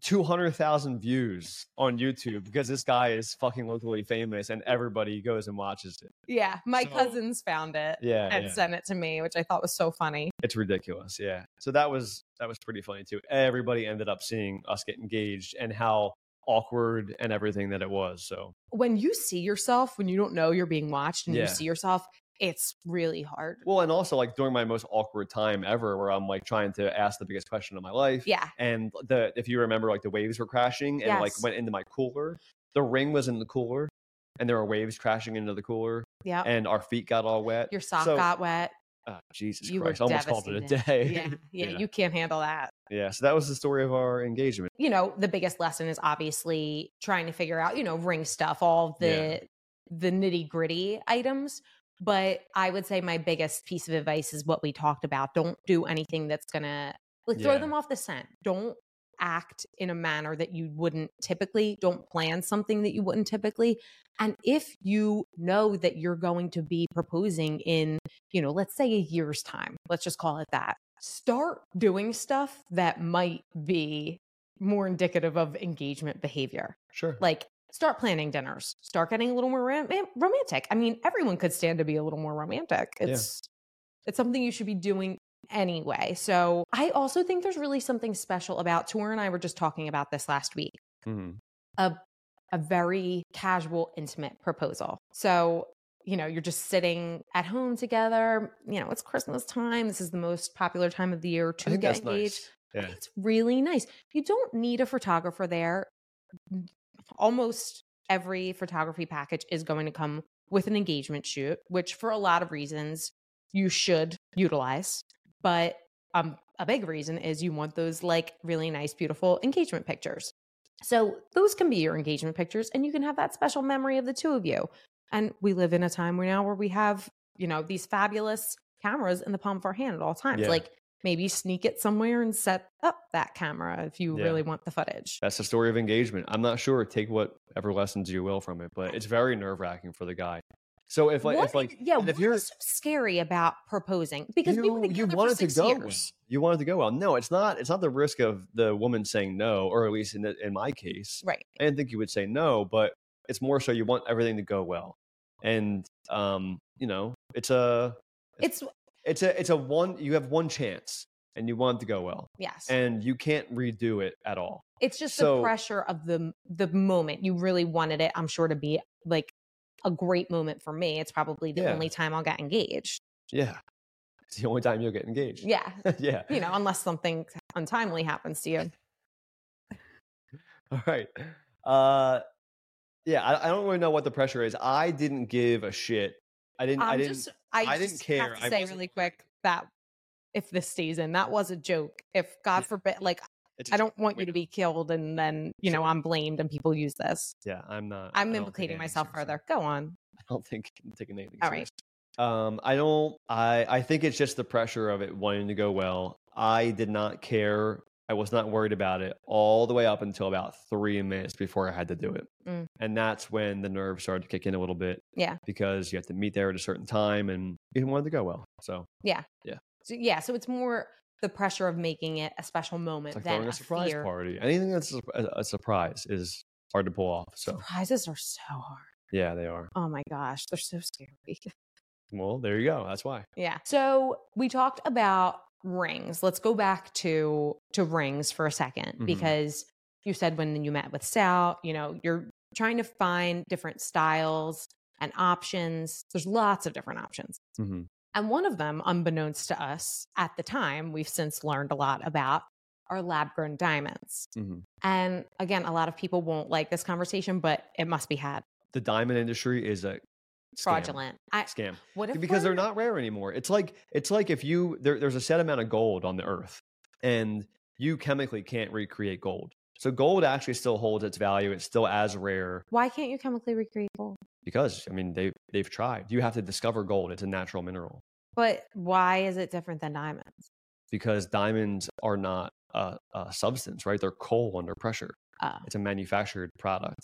Speaker 2: 200,000 views on YouTube because this guy is fucking locally famous and everybody goes and watches it.
Speaker 3: Yeah, my
Speaker 2: So-
Speaker 3: cousins found it
Speaker 2: Yeah.
Speaker 3: and
Speaker 2: yeah.
Speaker 3: sent it to me, which I thought was so funny.
Speaker 2: It's ridiculous. Yeah. So that was that was pretty funny too. Everybody ended up seeing us get engaged and how awkward and everything that it was. So
Speaker 3: When you see yourself, when you don't know you're being watched and
Speaker 2: Yeah.
Speaker 3: you see yourself, it's really hard.
Speaker 2: well, and also like during my most awkward time ever where I'm like trying to ask the biggest question of my life.
Speaker 3: Yeah.
Speaker 2: And the if you remember like the waves were crashing and like
Speaker 3: Yes.
Speaker 2: went into my cooler. The ring was in the cooler and there were waves crashing into the cooler
Speaker 3: Yeah.
Speaker 2: and our feet got all wet.
Speaker 3: Your sock
Speaker 2: So-
Speaker 3: got wet.
Speaker 2: Oh, Jesus
Speaker 3: You were
Speaker 2: Christ. I almost called it a day.
Speaker 3: devastated. Yeah, yeah.
Speaker 2: Yeah.
Speaker 3: You can't handle that.
Speaker 2: Yeah, so that was the story of our engagement.
Speaker 3: you know the biggest lesson is obviously trying to figure out you know ring stuff all of the
Speaker 2: Yeah.
Speaker 3: the nitty gritty items but i would say my biggest piece of advice is what we talked about don't do anything that's gonna like throw
Speaker 2: Yeah.
Speaker 3: them off the scent don't act in a manner that you wouldn't typically don't plan something that you wouldn't typically and if you know that you're going to be proposing in you know let's say a year's time let's just call it that start doing stuff that might be more indicative of engagement behavior.
Speaker 2: Sure.
Speaker 3: Like start planning dinners, start getting a little more rom- eh, romantic. I mean, everyone could stand to be a little more romantic.
Speaker 2: Yeah.
Speaker 3: It's it's something you should be doing anyway. So, I also think there's really something special about Tour and I were just talking about this last week
Speaker 2: Mhm.
Speaker 3: a very casual, intimate proposal. So, you know, you're just sitting at home together. You know, it's Christmas time. This is the most popular time of the year to
Speaker 2: I think
Speaker 3: get
Speaker 2: that's
Speaker 3: engaged.
Speaker 2: nice. Yeah.
Speaker 3: It's really nice. You don't need a photographer there. Almost every photography package is going to come with an engagement shoot, which for a lot of reasons you should utilize. But um, a big reason is you want those like really nice, beautiful engagement pictures. So those can be your engagement pictures, and you can have that special memory of the two of you. And we live in a time where now where we have you know these fabulous cameras in the palm of our hand at all times.
Speaker 2: Yeah.
Speaker 3: Like maybe sneak it somewhere and set up that camera if you
Speaker 2: Yeah.
Speaker 3: really want the footage.
Speaker 2: That's the story of engagement. I'm not sure. Take whatever lessons you will from it, but it's very nerve wracking for the guy. So if like
Speaker 3: What
Speaker 2: if like
Speaker 3: is- yeah,
Speaker 2: and if
Speaker 3: what
Speaker 2: you're
Speaker 3: is so scary about proposing because we were
Speaker 2: you, you
Speaker 3: together for
Speaker 2: wanted to
Speaker 3: six
Speaker 2: go well.
Speaker 3: years.
Speaker 2: You wanted to go well. No, it's not. It's not the risk of the woman saying no, or at least in the, in my case,
Speaker 3: right?
Speaker 2: I didn't think you would say no, but it's more so you want everything to go well, and um, you know, it's a
Speaker 3: It's
Speaker 2: it's a it's a one you have one chance, and you want it to go well.
Speaker 3: yes.
Speaker 2: and you can't redo it at all.
Speaker 3: It's just the
Speaker 2: So-
Speaker 3: pressure of the the moment. You really wanted it, I'm sure, to be like a great moment for me. It's probably the
Speaker 2: Yeah.
Speaker 3: only time I'll get engaged.
Speaker 2: Yeah. It's the only time you'll get engaged.
Speaker 3: Yeah.
Speaker 2: yeah.
Speaker 3: You know, unless something untimely happens to you.
Speaker 2: All right. Uh yeah, I, I don't really know what the pressure is. I didn't give a shit. I didn't I
Speaker 3: I'm
Speaker 2: didn't
Speaker 3: Um, just I,
Speaker 2: I didn't
Speaker 3: just
Speaker 2: care.
Speaker 3: Have to
Speaker 2: I
Speaker 3: say
Speaker 2: wasn't-
Speaker 3: really quick that if this stays in, that was a joke. If God
Speaker 2: Yeah.
Speaker 3: forbid, like
Speaker 2: it's a
Speaker 3: I
Speaker 2: joke.
Speaker 3: don't want you
Speaker 2: Wait.
Speaker 3: to be killed and then you know I'm blamed and people use this.
Speaker 2: Yeah, I'm not I
Speaker 3: I'm
Speaker 2: don't take
Speaker 3: implicating
Speaker 2: anything
Speaker 3: myself
Speaker 2: seriously.
Speaker 3: further. Go on.
Speaker 2: I don't think I can take anything
Speaker 3: All right.
Speaker 2: serious. Um I don't I I think it's just the pressure of it wanting to go well. I did not care. I was not worried about it all the way up until about three minutes before I had to do it.
Speaker 3: Mm.
Speaker 2: And that's when the nerves started to kick in a little bit.
Speaker 3: Yeah.
Speaker 2: Because you have to meet there at a certain time and you wanted to go well. So
Speaker 3: So, yeah, so it's more the pressure of making it a special moment
Speaker 2: it's like
Speaker 3: than
Speaker 2: throwing a surprise
Speaker 3: fear.
Speaker 2: party. Anything that's a, a- a surprise is hard to pull off. So
Speaker 3: Surprises are so hard.
Speaker 2: yeah, they are.
Speaker 3: Oh my gosh, they're so scary.
Speaker 2: Well, there you go. That's why.
Speaker 3: yeah. So we talked about rings. Let's go back to to rings for a 2nd
Speaker 2: Mhm.
Speaker 3: because you said when you met with Sal, you know, you're trying to find different styles and options. There's lots of different options.
Speaker 2: Mhm.
Speaker 3: And one of them, unbeknownst to us at the time, we've since learned a lot about are lab grown diamonds.
Speaker 2: Mhm.
Speaker 3: And again, a lot of people won't like this conversation, but it must be had.
Speaker 2: The diamond industry is a scam.
Speaker 3: Fraudulent. I,
Speaker 2: scam
Speaker 3: what if
Speaker 2: because they're
Speaker 3: we're-
Speaker 2: not rare anymore. It's like it's like if you there, there's a set amount of gold on the earth, and you chemically can't recreate gold. So gold actually still holds its value. It's still as rare
Speaker 3: Why can't you chemically recreate gold?
Speaker 2: because I mean they they've tried. You have to discover gold. It's a natural mineral
Speaker 3: But why is it different than diamonds?
Speaker 2: because diamonds are not a, a substance, right? They're coal under pressure.
Speaker 3: Uh,
Speaker 2: It's a manufactured product.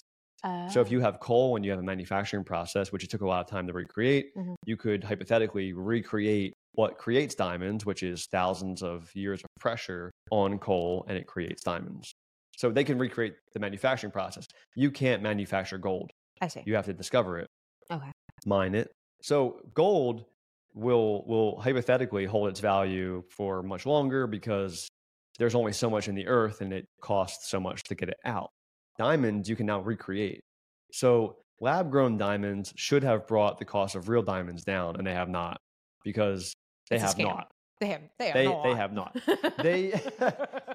Speaker 2: So if you have coal and you have a manufacturing process, which it took a lot of time to recreate,
Speaker 3: Mhm.
Speaker 2: you could hypothetically recreate what creates diamonds, which is thousands of years of pressure on coal, and it creates diamonds. So they can recreate the manufacturing process. You can't manufacture gold.
Speaker 3: I see.
Speaker 2: You have to discover it.
Speaker 3: Okay.
Speaker 2: Mine it. So gold will will hypothetically hold its value for much longer because there's only so much in the earth and it costs so much to get it out. Diamonds you can now recreate. So lab grown diamonds should have brought the cost of real diamonds down and they have not because they
Speaker 3: It's a
Speaker 2: have
Speaker 3: scam.
Speaker 2: not.
Speaker 3: They have. They have.
Speaker 2: They-
Speaker 3: not.
Speaker 2: they have not. They-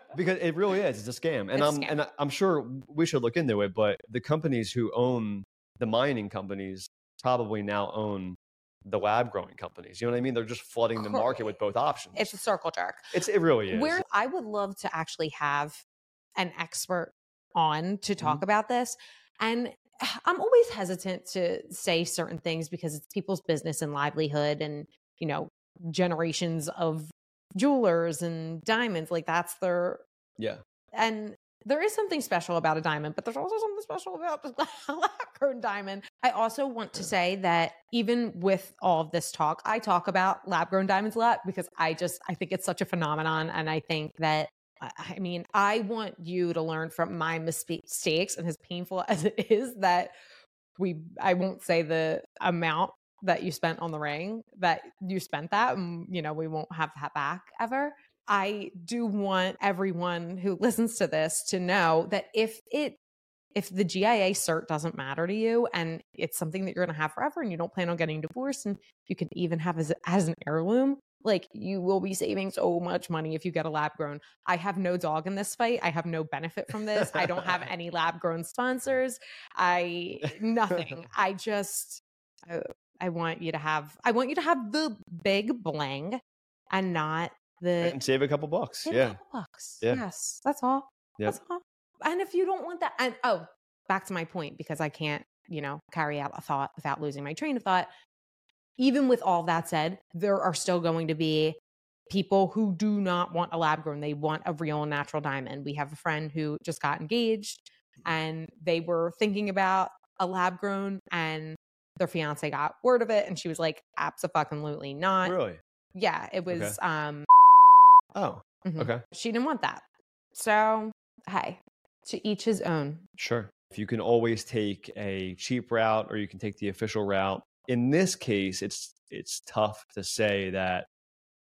Speaker 2: because it really is it's a scam and
Speaker 3: It's a
Speaker 2: i'm
Speaker 3: scam.
Speaker 2: and I- i'm sure we should look into it but the companies who own the mining companies probably now own the lab growing companies you know what i mean they're just flooding the market with both options
Speaker 3: it's a circle jerk.
Speaker 2: it's it really is
Speaker 3: Where I would love to actually have an expert on to talk about this. And I'm always hesitant to say certain things because it's people's business and livelihood and, you know, generations of jewelers and diamonds. Like that's their,
Speaker 2: yeah
Speaker 3: and there is something special about a diamond, but there's also something special about the lab-grown diamond. I also want to say that even with all of this talk, I talk about lab-grown diamonds a lot because I just I think it's such a phenomenon, and I think that I- I mean I want you to learn from my mistakes, and as painful as it is that we I won't say the amount that you spent on the ring that you spent that, and you know we won't have that back ever. I do want everyone who listens to this to know that if it if the GIA cert doesn't matter to you and it's something that you're going to have forever and you don't plan on getting divorced and you could even have as as an heirloom, like you will be saving so much money if you get a lab grown. I have no dog in this fight. I have no benefit from this. I don't have any lab grown sponsors. I nothing. I just I, I want you to have I want you to have the big bling and not the
Speaker 2: and save a couple bucks
Speaker 3: Save a
Speaker 2: yeah
Speaker 3: couple bucks.
Speaker 2: Yeah.
Speaker 3: Yes, that's all.
Speaker 2: Yep.
Speaker 3: That's all. And if you don't want that, and oh, back to my point because I can't, you know, carry out a thought without losing my train of thought. Even with all that said, there are still going to be people who do not want a lab grown. They want a real natural diamond. We have a friend who just got engaged
Speaker 2: Mm-hmm.
Speaker 3: and they were thinking about a lab grown and their fiance got word of it and she was like, absolutely not.
Speaker 2: really
Speaker 3: Yeah, it
Speaker 2: Okay.
Speaker 3: was um
Speaker 2: oh
Speaker 3: Mhm.
Speaker 2: okay
Speaker 3: she didn't want that. So, hey, to each his own.
Speaker 2: Sure. If you can always take a cheap route or you can take the official route. In this case, it's it's tough to say that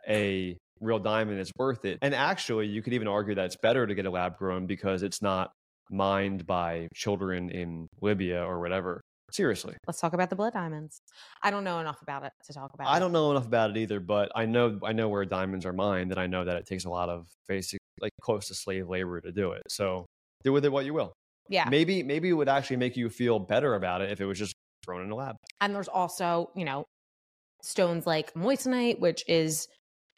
Speaker 2: a real diamond is worth it. And actually, you could even argue that it's better to get a lab grown because it's not mined by children in Libya or whatever. Seriously.
Speaker 3: Let's talk about the blood diamonds. I don't know enough about it to talk about.
Speaker 2: I
Speaker 3: it.
Speaker 2: don't know enough about it either, but I know I know where diamonds are mined and I know that it takes a lot of basic like close to slave labor to do it. So do with it what you will.
Speaker 3: Yeah,
Speaker 2: Maybe maybe it would actually make you feel better about it if it was just thrown in a lab.
Speaker 3: and there's also you know stones like moissanite, which is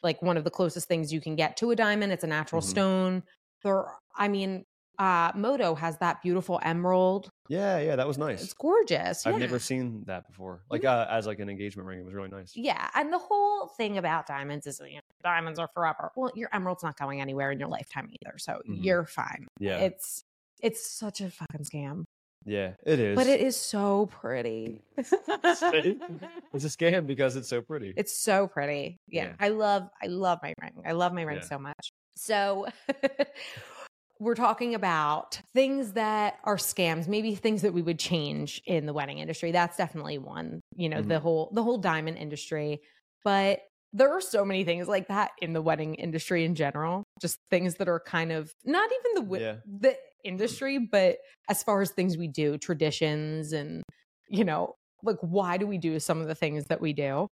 Speaker 3: like one of the closest things you can get to a diamond. It's a natural
Speaker 2: Mhm.
Speaker 3: stone. There, I mean, uh, Moto has that beautiful emerald.
Speaker 2: Yeah, yeah, that was
Speaker 3: It's
Speaker 2: nice.
Speaker 3: gorgeous.
Speaker 2: I've
Speaker 3: yeah.
Speaker 2: never seen that before. Like uh, as like an engagement ring, it was really nice.
Speaker 3: Yeah, and the whole thing about diamonds is you know, diamonds are forever. Well, your emerald's not going anywhere in your lifetime either, so
Speaker 2: Mhm.
Speaker 3: you're fine.
Speaker 2: Yeah,
Speaker 3: It's it's such a fucking scam,
Speaker 2: yeah, it is.
Speaker 3: but it is so pretty.
Speaker 2: it's a scam because it's so pretty.
Speaker 3: it's so pretty. Yeah,
Speaker 2: Yeah.
Speaker 3: I love I love my ring. I love my ring
Speaker 2: Yeah.
Speaker 3: so much. So we're talking about things that are scams, maybe things that we would change in the wedding industry. That's definitely one. You know,
Speaker 2: Mm-hmm.
Speaker 3: the whole the whole diamond industry, but there are so many things like that in the wedding industry in general. Just things that are kind of not even the wi-
Speaker 2: Yeah.
Speaker 3: the industry, but as far as things we do, traditions and you know, like why do we do some of the things that we do?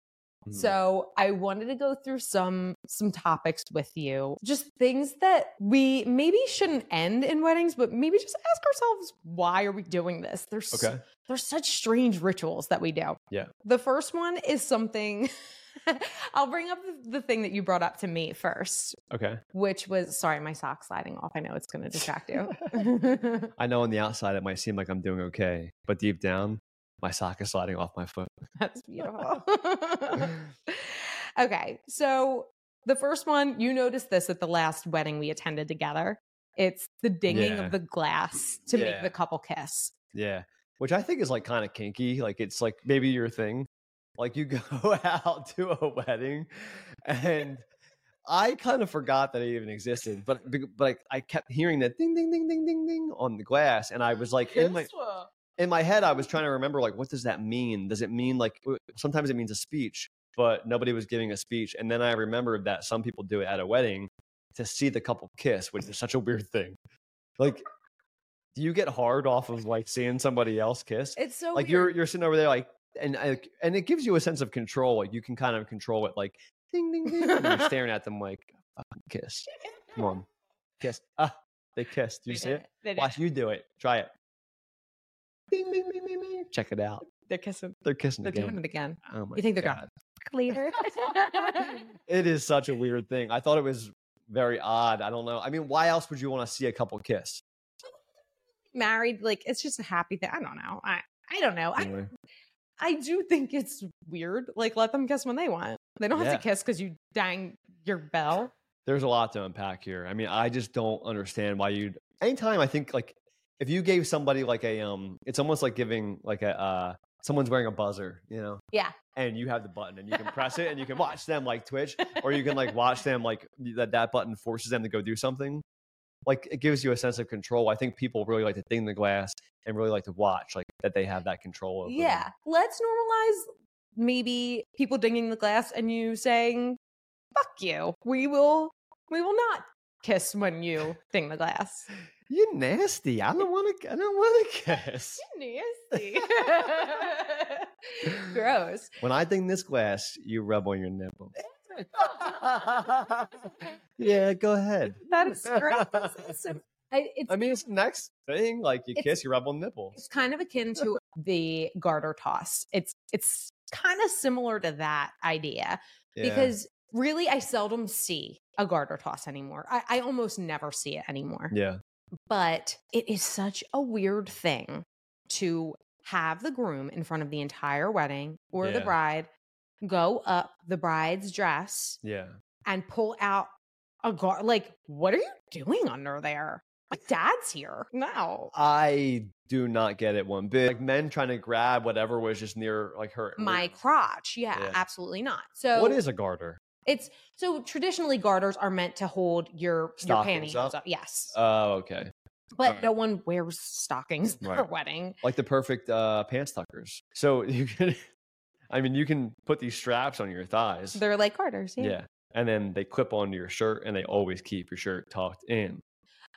Speaker 2: Mhm.
Speaker 3: So I wanted to go through some some topics with you. Just things that we maybe shouldn't end in weddings, but maybe just ask ourselves why are we doing this? There's
Speaker 2: okay,
Speaker 3: there's such strange rituals that we do.
Speaker 2: Yeah.
Speaker 3: The first one is something I'll bring up the- the thing that you brought up to me first,
Speaker 2: okay.
Speaker 3: which was sorry, my sock sliding off. I know it's going to distract you.
Speaker 2: I know on the outside it might seem like I'm doing okay, but deep down, my sock is sliding off my foot.
Speaker 3: That's beautiful. okay. So the first one, you noticed this at the last wedding we attended together. It's the dinging
Speaker 2: Yeah.
Speaker 3: of the glass to make
Speaker 2: Yeah.
Speaker 3: the couple kiss.
Speaker 2: Yeah, which I think is like kind of kinky. Like it's like maybe your thing. Like you go out to a wedding, and I kind of forgot that it even existed, but be- but like I kept hearing that ding ding ding ding ding ding on the glass, and I was like in my in my head I was trying to remember like what does that mean? Does it mean like w- sometimes it means a speech, but nobody was giving a speech, and then I remembered that some people do it at a wedding to see the couple kiss, which is such a weird thing. Like, do you get hard off of like seeing somebody else kiss?
Speaker 3: It's so
Speaker 2: like you're you're sitting over there like and I, and it gives you a sense of control like you can kind of control it like ding ding ding and you're staring at them like "Fucking kiss come on kiss ah they kissed you see it watch you do it try it ding ding ding ding ding check it out
Speaker 3: They're kissing.
Speaker 2: they're kissing
Speaker 3: They're doing
Speaker 2: again
Speaker 3: it again.
Speaker 2: oh my
Speaker 3: You think they're
Speaker 2: God.
Speaker 3: gone later?
Speaker 2: it is such a weird thing i thought it was very odd i don't know i mean why else would you want to see a couple kiss
Speaker 3: Married, like it's just a happy thing. I don't know. I I don't know. I,
Speaker 2: Anyway,
Speaker 3: I do think it's weird. Like let them kiss when they want. They don't have to kiss because you dang your bell.
Speaker 2: there's a lot to unpack here i mean i just don't understand why you'd anytime i think like if you gave somebody like a um it's almost like giving like a uh someone's wearing a buzzer you know
Speaker 3: Yeah.
Speaker 2: and you have the button and you can press it and you can watch them like twitch or you can like watch them like that that button forces them to go do something like it gives you a sense of control i think people really like to ding the glass and really like to watch like that they have that control over
Speaker 3: Yeah. Let's normalize maybe people dinging the glass and you saying, fuck you. We will, we will not kiss when you ding the glass.
Speaker 2: you're nasty i don't want to i don't want to kiss
Speaker 3: Nasty. Gross.
Speaker 2: when i ding this glass you rub on your nipple yeah go ahead
Speaker 3: That is gross. It's, I, it's,
Speaker 2: i mean it's the next thing like you
Speaker 3: It's-
Speaker 2: kiss you rub on nipple
Speaker 3: it's kind of akin to the garter toss. It's, it's kind of similar to that idea.
Speaker 2: Yeah.
Speaker 3: because really I seldom see a garter toss anymore. I, I almost never see it anymore.
Speaker 2: yeah
Speaker 3: But it is such a weird thing to have the groom in front of the entire wedding or the
Speaker 2: Yeah.
Speaker 3: bride go up the bride's dress
Speaker 2: yeah
Speaker 3: and pull out a gar like what are you doing under there? My dad's here. No.
Speaker 2: I do not get it one bit. Like men trying to grab whatever was just near like her.
Speaker 3: My crotch. Yeah,
Speaker 2: Yeah.
Speaker 3: absolutely not. So
Speaker 2: what is a garter?
Speaker 3: it's so traditionally garters are meant to hold your
Speaker 2: Stockings
Speaker 3: your pantyhose
Speaker 2: up?
Speaker 3: up. Yes.
Speaker 2: Oh, okay.
Speaker 3: But
Speaker 2: Right.
Speaker 3: no one wears stockings for
Speaker 2: Right.
Speaker 3: a wedding.
Speaker 2: Like the perfect uh, pants tuckers. So you can, I mean, you can put these straps on your thighs.
Speaker 3: They're like garters, yeah.
Speaker 2: yeah. And then they clip onto your shirt and they always keep your shirt tucked in.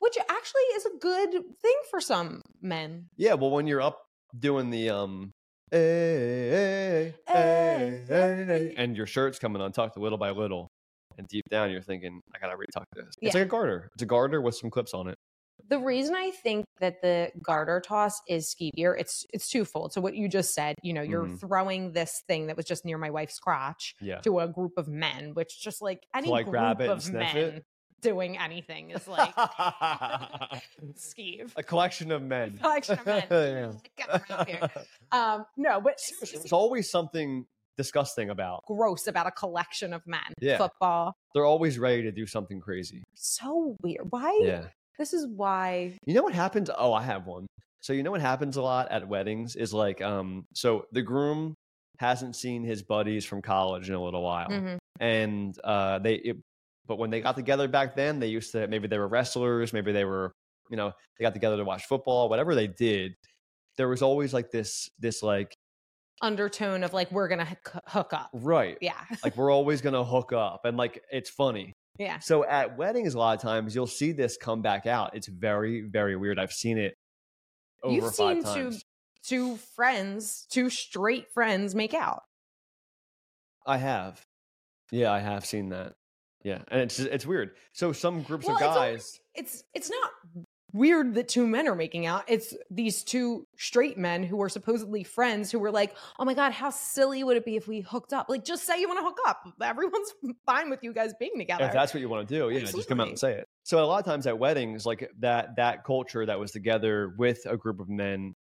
Speaker 3: Which actually is a good thing for some men.
Speaker 2: Yeah. Well, when you're up doing the, um, eh, "Ay,
Speaker 3: Eh,
Speaker 2: ay,
Speaker 3: Ay,
Speaker 2: ay,
Speaker 3: ay."
Speaker 2: ay," eh, and your shirt's coming untucked little by little. And deep down, you're thinking, I gotta retuck this. It's
Speaker 3: Yeah.
Speaker 2: like a garter. It's a garter with some clips on it.
Speaker 3: The reason I think that the garter toss is skeevier, it's it's twofold. So what you just said, you know, you're
Speaker 2: Mhm.
Speaker 3: throwing this thing that was just near my wife's crotch
Speaker 2: Yeah.
Speaker 3: to a group of men, which just like any
Speaker 2: like,
Speaker 3: group
Speaker 2: grab it and
Speaker 3: of
Speaker 2: sniff
Speaker 3: men
Speaker 2: it?
Speaker 3: doing anything is like skeeve.
Speaker 2: a collection of men.
Speaker 3: Collection of men.
Speaker 2: Yeah.
Speaker 3: Get around here. Um, no, but
Speaker 2: There's always something disgusting about.
Speaker 3: gross about a collection of men.
Speaker 2: Yeah.
Speaker 3: Football.
Speaker 2: They're always ready to do something crazy.
Speaker 3: So weird. Why?
Speaker 2: Yeah.
Speaker 3: This is why.
Speaker 2: You know what happens? Oh, I have one. So you know what happens a lot at weddings is like, um, so the groom hasn't seen his buddies from college in a little while,
Speaker 3: Mm-hmm.
Speaker 2: and uh, they, it, but when they got together back then, they used to maybe they were wrestlers, maybe they were, you know, they got together to watch football, whatever they did. There was always like this, this like
Speaker 3: Undertone of like, we're going to hook up.
Speaker 2: right,
Speaker 3: Yeah.
Speaker 2: like we're always gonna hook up and like it's funny
Speaker 3: Yeah.
Speaker 2: so at weddings a lot of times you'll see this come back out it's very very weird i've seen it over
Speaker 3: You've
Speaker 2: five
Speaker 3: seen two-
Speaker 2: times
Speaker 3: Two friends, two straight friends make out.
Speaker 2: i have yeah i have seen that yeah and it's it's weird so some groups of
Speaker 3: Well, it's already-
Speaker 2: guys
Speaker 3: It's it's not weird that two men are making out. It's these two straight men who are supposedly friends who were like, "Oh my god, how silly would it be if we hooked up?" Like just say you want to hook up. Everyone's fine with you guys being together.
Speaker 2: if that's what you want to do yeah just come out and
Speaker 3: Absolutely.
Speaker 2: say it so a lot of times at weddings like that that culture that was together with a group of men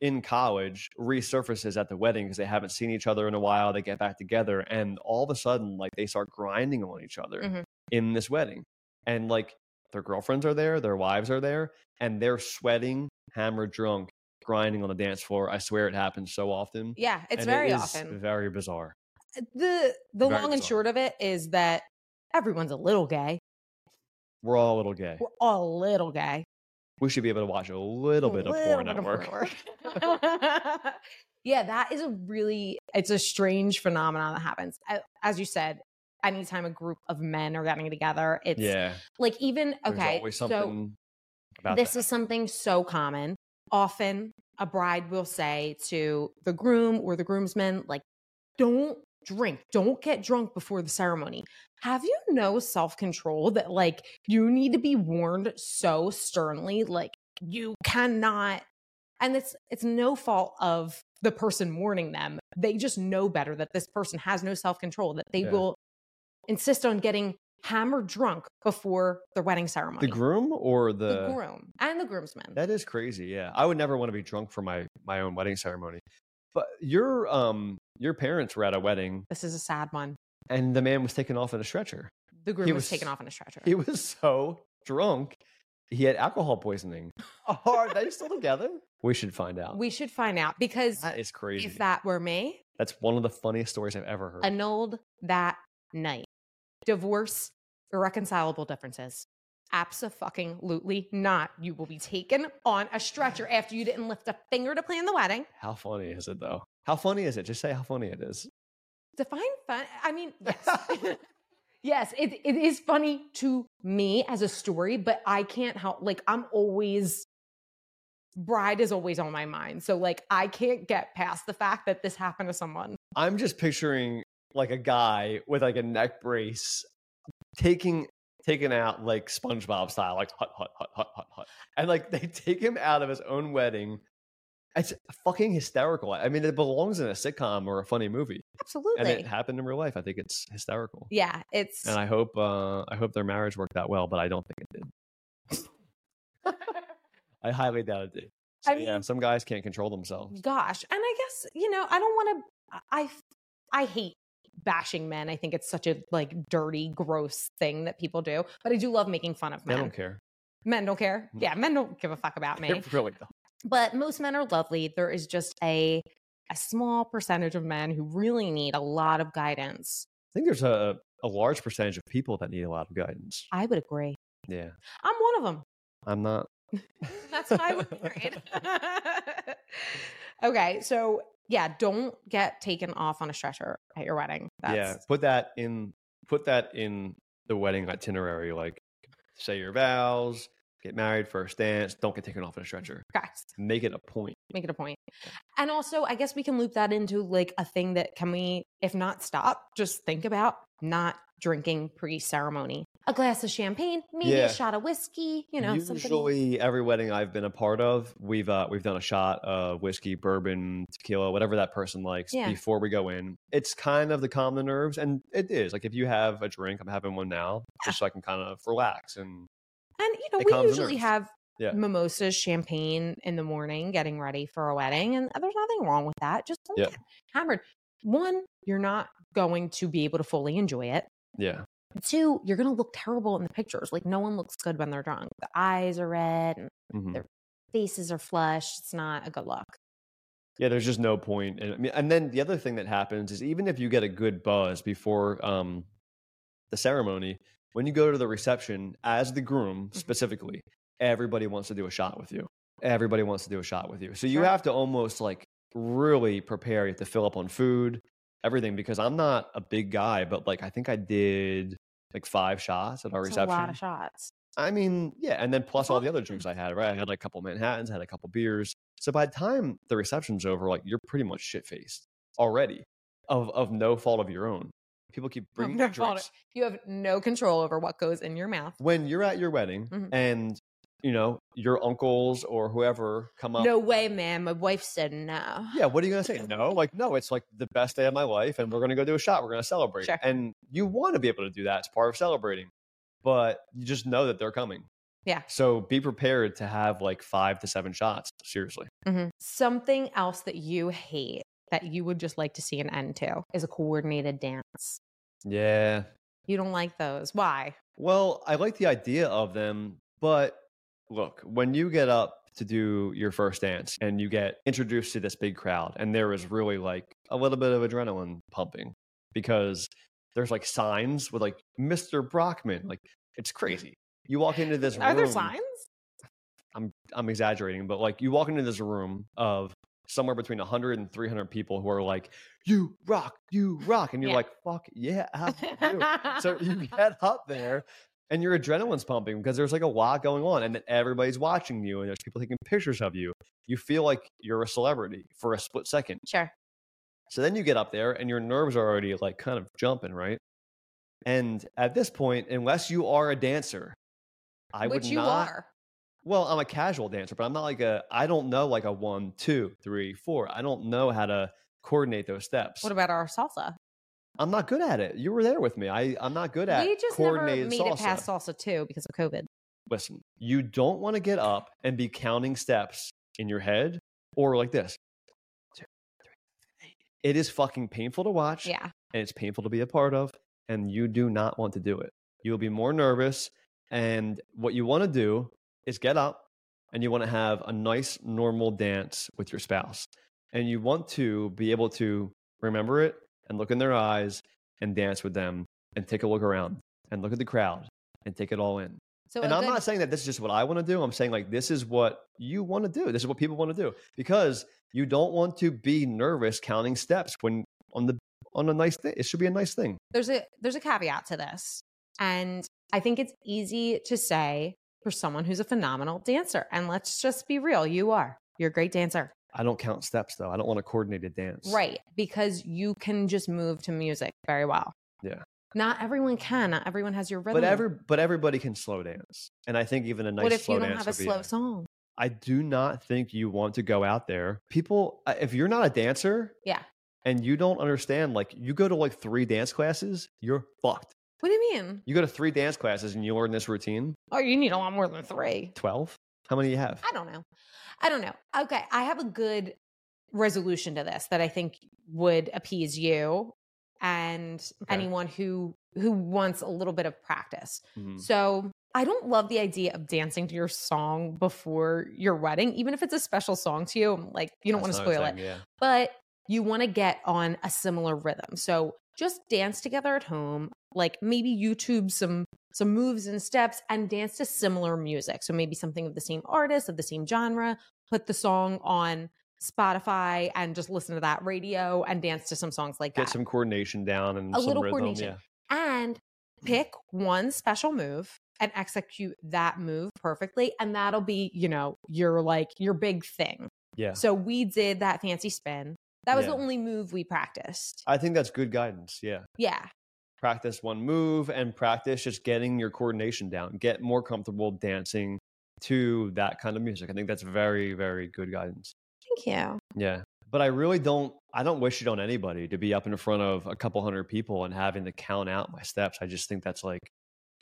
Speaker 2: in college resurfaces at the wedding because they haven't seen each other in a while they get back together and all of a sudden like they start grinding on each other
Speaker 3: Mhm.
Speaker 2: in this wedding and like their girlfriends are there their wives are there and they're sweating hammer drunk grinding on the dance floor i swear it happens so often
Speaker 3: yeah, it's
Speaker 2: and
Speaker 3: very
Speaker 2: it is
Speaker 3: often.
Speaker 2: very bizarre
Speaker 3: the the
Speaker 2: Very
Speaker 3: long and
Speaker 2: bizarre.
Speaker 3: short of it is that everyone's a little gay.
Speaker 2: We're all a little gay.
Speaker 3: We're all a little gay.
Speaker 2: We should be able to watch a little bit of porn
Speaker 3: bit
Speaker 2: at
Speaker 3: of
Speaker 2: work.
Speaker 3: porn. yeah, that is a really it's a strange phenomenon that happens. A- As you said, anytime a group of men are getting together, it's
Speaker 2: Yeah.
Speaker 3: like even
Speaker 2: There's
Speaker 3: okay.
Speaker 2: always
Speaker 3: So
Speaker 2: something about
Speaker 3: this
Speaker 2: that.
Speaker 3: is something so common. Often a bride will say to the groom or the groomsman, like, don't drink, don't get drunk before the ceremony. Have you no self control that, like, you need to be warned so sternly, like, you cannot? And it's it's no fault of the person warning them. They just know better that this person has no self control, that they
Speaker 2: Yeah.
Speaker 3: will insist on getting hammered drunk before the wedding ceremony
Speaker 2: the groom or the,
Speaker 3: the groom and the groomsmen.
Speaker 2: That is crazy. Yeah, I would never want to be drunk for my my own wedding ceremony. But your um your parents were at a wedding,
Speaker 3: this is a sad one.
Speaker 2: and the man was taken off in a stretcher.
Speaker 3: The groom
Speaker 2: He
Speaker 3: was,
Speaker 2: was-
Speaker 3: taken off in a stretcher.
Speaker 2: He was so drunk, he had alcohol poisoning. Are they still together? We should find out.
Speaker 3: we should find out because
Speaker 2: that is crazy.
Speaker 3: if that were me,
Speaker 2: That's one of the funniest stories I've ever heard.
Speaker 3: annulled that night. Divorce, irreconcilable differences. Absolutely not. You will be taken on a stretcher after you didn't lift a finger to plan the wedding.
Speaker 2: how funny is it though? How funny is it? Just say how funny it is.
Speaker 3: Define fun. I mean, yes. yes, it, it is funny to me as a story, but I can't help, like, I'm always, bride is always on my mind. So, like, I can't get past the fact that this happened to someone.
Speaker 2: I'm just picturing like a guy with like a neck brace taking taken out like SpongeBob style, like hut hut hut hut hut hut, and like they take him out of his own wedding. It's fucking hysterical. I mean, it belongs in a sitcom or a funny movie, and
Speaker 3: Absolutely.
Speaker 2: it happened in real life. I think it's hysterical,
Speaker 3: yeah, it's.
Speaker 2: and I hope uh, I hope their marriage worked out well, but I don't think it did. I highly doubt it did. So,
Speaker 3: I
Speaker 2: yeah,
Speaker 3: mean-
Speaker 2: some guys can't control themselves.
Speaker 3: gosh and i guess you know i don't want to i f- i hate bashing men i think it's such a like dirty gross thing that people do but i do love making fun of
Speaker 2: They
Speaker 3: men
Speaker 2: don't care. Mm.
Speaker 3: men don't care
Speaker 2: No.
Speaker 3: yeah men don't give a fuck about
Speaker 2: They
Speaker 3: me
Speaker 2: really don't.
Speaker 3: but most men are lovely there is just a a small percentage of men who really need a lot of guidance
Speaker 2: I think there's a, a large percentage of people that need a lot of guidance.
Speaker 3: i would agree
Speaker 2: Yeah,
Speaker 3: i'm one of them
Speaker 2: I'm not.
Speaker 3: That's what I was worried. okay, so yeah, don't get taken off on a stretcher at your wedding. That's,
Speaker 2: yeah, put that in. Put that in the wedding itinerary. Like, say your vows, get married, first dance. Don't get taken off in a stretcher.
Speaker 3: guys,
Speaker 2: Make it a point.
Speaker 3: make it a point. And also, I guess we can loop that into like a thing that can we, if not stop, just think about not drinking pre-ceremony. A glass of champagne, maybe
Speaker 2: Yeah.
Speaker 3: a shot of whiskey. You know, something.
Speaker 2: usually every wedding I've been a part of, we've uh, we've done a shot of whiskey, bourbon, tequila, whatever that person likes
Speaker 3: Yeah.
Speaker 2: before we go in. It's kind of to calm the nerves, and it is like if you have a drink, I'm having one now, just so I can kind of relax and
Speaker 3: And you know,
Speaker 2: It calms
Speaker 3: we
Speaker 2: the
Speaker 3: usually
Speaker 2: nerves.
Speaker 3: have
Speaker 2: Yeah.
Speaker 3: mimosas, champagne in the morning, getting ready for a wedding, and uh, there's nothing wrong with that. Just don't
Speaker 2: Yeah.
Speaker 3: get hammered. One, you're not going to be able to fully enjoy it.
Speaker 2: yeah,
Speaker 3: Two, you're going to look terrible in the pictures. Like no one looks good when they're drunk. The eyes are red, and
Speaker 2: mhm.
Speaker 3: faces are flushed. It's not a good look.
Speaker 2: Yeah, there's just no point. And I mean, and then the other thing that happens is even if you get a good buzz before um, the ceremony, when you go to the reception as the groom
Speaker 3: Mm-hmm.
Speaker 2: specifically, everybody wants to do a shot with you. Everybody wants to do a shot with you. So you
Speaker 3: Sure.
Speaker 2: have to almost like really prepare. You have to fill up on food, everything. Because I'm not a big guy, but like I think I did like five shots at our
Speaker 3: It's a
Speaker 2: reception.
Speaker 3: lot of shots.
Speaker 2: I mean, yeah, and then plus
Speaker 3: all
Speaker 2: all the other
Speaker 3: good.
Speaker 2: drinks I had, right? I had like a couple Manhattans, had a couple beers. So by the time the reception's over, like you're pretty much shit faced already, of of no fault of your own. People keep bringing you
Speaker 3: no fault of-
Speaker 2: drinks
Speaker 3: You have no control over what goes in your mouth.
Speaker 2: when you're at your wedding,
Speaker 3: Mhm.
Speaker 2: and you know your uncles or whoever come up.
Speaker 3: no way, man. My wife said no.
Speaker 2: Yeah, what are you gonna say? No, like no, it's like the best day of my life, and we're gonna go do a shot. We're gonna celebrate,
Speaker 3: Sure.
Speaker 2: and you want to be able to do that. It's part of celebrating, but you just know that they're coming.
Speaker 3: Yeah.
Speaker 2: So be prepared to have like five to seven shots. Seriously.
Speaker 3: Mhm. Something else that you hate that you would just like to see an end to is a coordinated dance.
Speaker 2: Yeah.
Speaker 3: You don't like those. Why?
Speaker 2: Well, I like the idea of them, but look, when you get up to do your first dance and you get introduced to this big crowd, and there is really like a little bit of adrenaline pumping because There's like signs with like Mr. Brockman. Like it's crazy. You walk into this room.
Speaker 3: Are there signs?
Speaker 2: I'm I'm exaggerating, but like you walk into this room of somewhere between 100 and 300 people who are like, "You rock, you rock," and you're
Speaker 3: Yeah.
Speaker 2: like, "Fuck yeah!" I do." so you get up there, and your adrenaline's pumping because there's like a lot going on, and then everybody's watching you, and there's people taking pictures of you. You feel like you're a celebrity for a split second.
Speaker 3: sure.
Speaker 2: So then you get up there and your nerves are already like kind of jumping, right? And at this point, unless you are a dancer, I
Speaker 3: Which
Speaker 2: would
Speaker 3: you
Speaker 2: not.
Speaker 3: are.
Speaker 2: Well, I'm a casual dancer, but I'm not like a. I don't know like a one, two, three, four. I don't know how to coordinate those steps.
Speaker 3: What about our salsa?
Speaker 2: I'm not good at it. You were there with me. I I'm not good at.
Speaker 3: we just never
Speaker 2: coordinated
Speaker 3: made
Speaker 2: salsa.
Speaker 3: it past salsa too because of COVID.
Speaker 2: Listen, you don't want to get up and be counting steps in your head or like this. Two, three, eight. It is fucking painful to watch.
Speaker 3: Yeah.
Speaker 2: and it's painful to be a part of, and you do not want to do it. You'll be more nervous. And what you want to do is get up and you want to have a nice, normal dance with your spouse. And you want to be able to remember it and look in their eyes and dance with them and take a look around and look at the crowd and take it all in.
Speaker 3: So
Speaker 2: And
Speaker 3: a
Speaker 2: I'm
Speaker 3: Oh, good-
Speaker 2: not saying that this is just what I want to do. I'm saying like this is what you want to do. This is what people want to do because you don't want to be nervous counting steps when on the on a nice thing. It should be a nice thing.
Speaker 3: there's a there's a caveat to this and i think it's easy to say for someone who's a phenomenal dancer and let's just be real you are you're a great dancer
Speaker 2: I don't count steps though. I don't want a coordinated dance.
Speaker 3: right because you can just move to music very well
Speaker 2: Yeah.
Speaker 3: not everyone can not everyone has your rhythm
Speaker 2: But every but everybody can slow dance, and I think even a nice
Speaker 3: what if
Speaker 2: slow
Speaker 3: you don't
Speaker 2: dance
Speaker 3: have a
Speaker 2: would be-
Speaker 3: slow song
Speaker 2: I do not think you want to go out there. People, uh, if you're not a dancer,
Speaker 3: Yeah.
Speaker 2: and you don't understand, like you go to like three dance classes, you're fucked.
Speaker 3: what do you mean
Speaker 2: You go to three dance classes and you learn this routine.
Speaker 3: oh you need a lot more than three
Speaker 2: 12 how many you have
Speaker 3: i don't know i don't know okay i have a good resolution to this that i think would appease you and
Speaker 2: Okay.
Speaker 3: anyone who who wants a little bit of practice
Speaker 2: Mm-hmm. Hmm.
Speaker 3: so i don't love the idea of dancing to your song before your wedding even if it's a special song to you I'm like you don't want to spoil it
Speaker 2: yeah
Speaker 3: but you want to get on a similar rhythm so just dance together at home like maybe youtube some some moves and steps and dance to similar music so maybe something of the same artist of the same genre put the song on spotify and just listen to that radio and dance to some songs like
Speaker 2: get
Speaker 3: that
Speaker 2: some coordination down and
Speaker 3: A
Speaker 2: some
Speaker 3: little
Speaker 2: rhythm
Speaker 3: coordination.
Speaker 2: yeah
Speaker 3: and
Speaker 2: Mm-hmm.
Speaker 3: pick one special move and execute that move perfectly and that'll be you know your like your big thing
Speaker 2: yeah
Speaker 3: so we did that fancy spin that was the
Speaker 2: Yeah.
Speaker 3: only move we practiced
Speaker 2: i think that's good guidance yeah
Speaker 3: yeah
Speaker 2: practice one move and practice just getting your coordination down get more comfortable dancing to that kind of music i think that's very very good guidance
Speaker 3: thank you
Speaker 2: yeah but i really don't i don't wish it on anybody to be up in front of a couple hundred people and having to count out my steps i just think that's like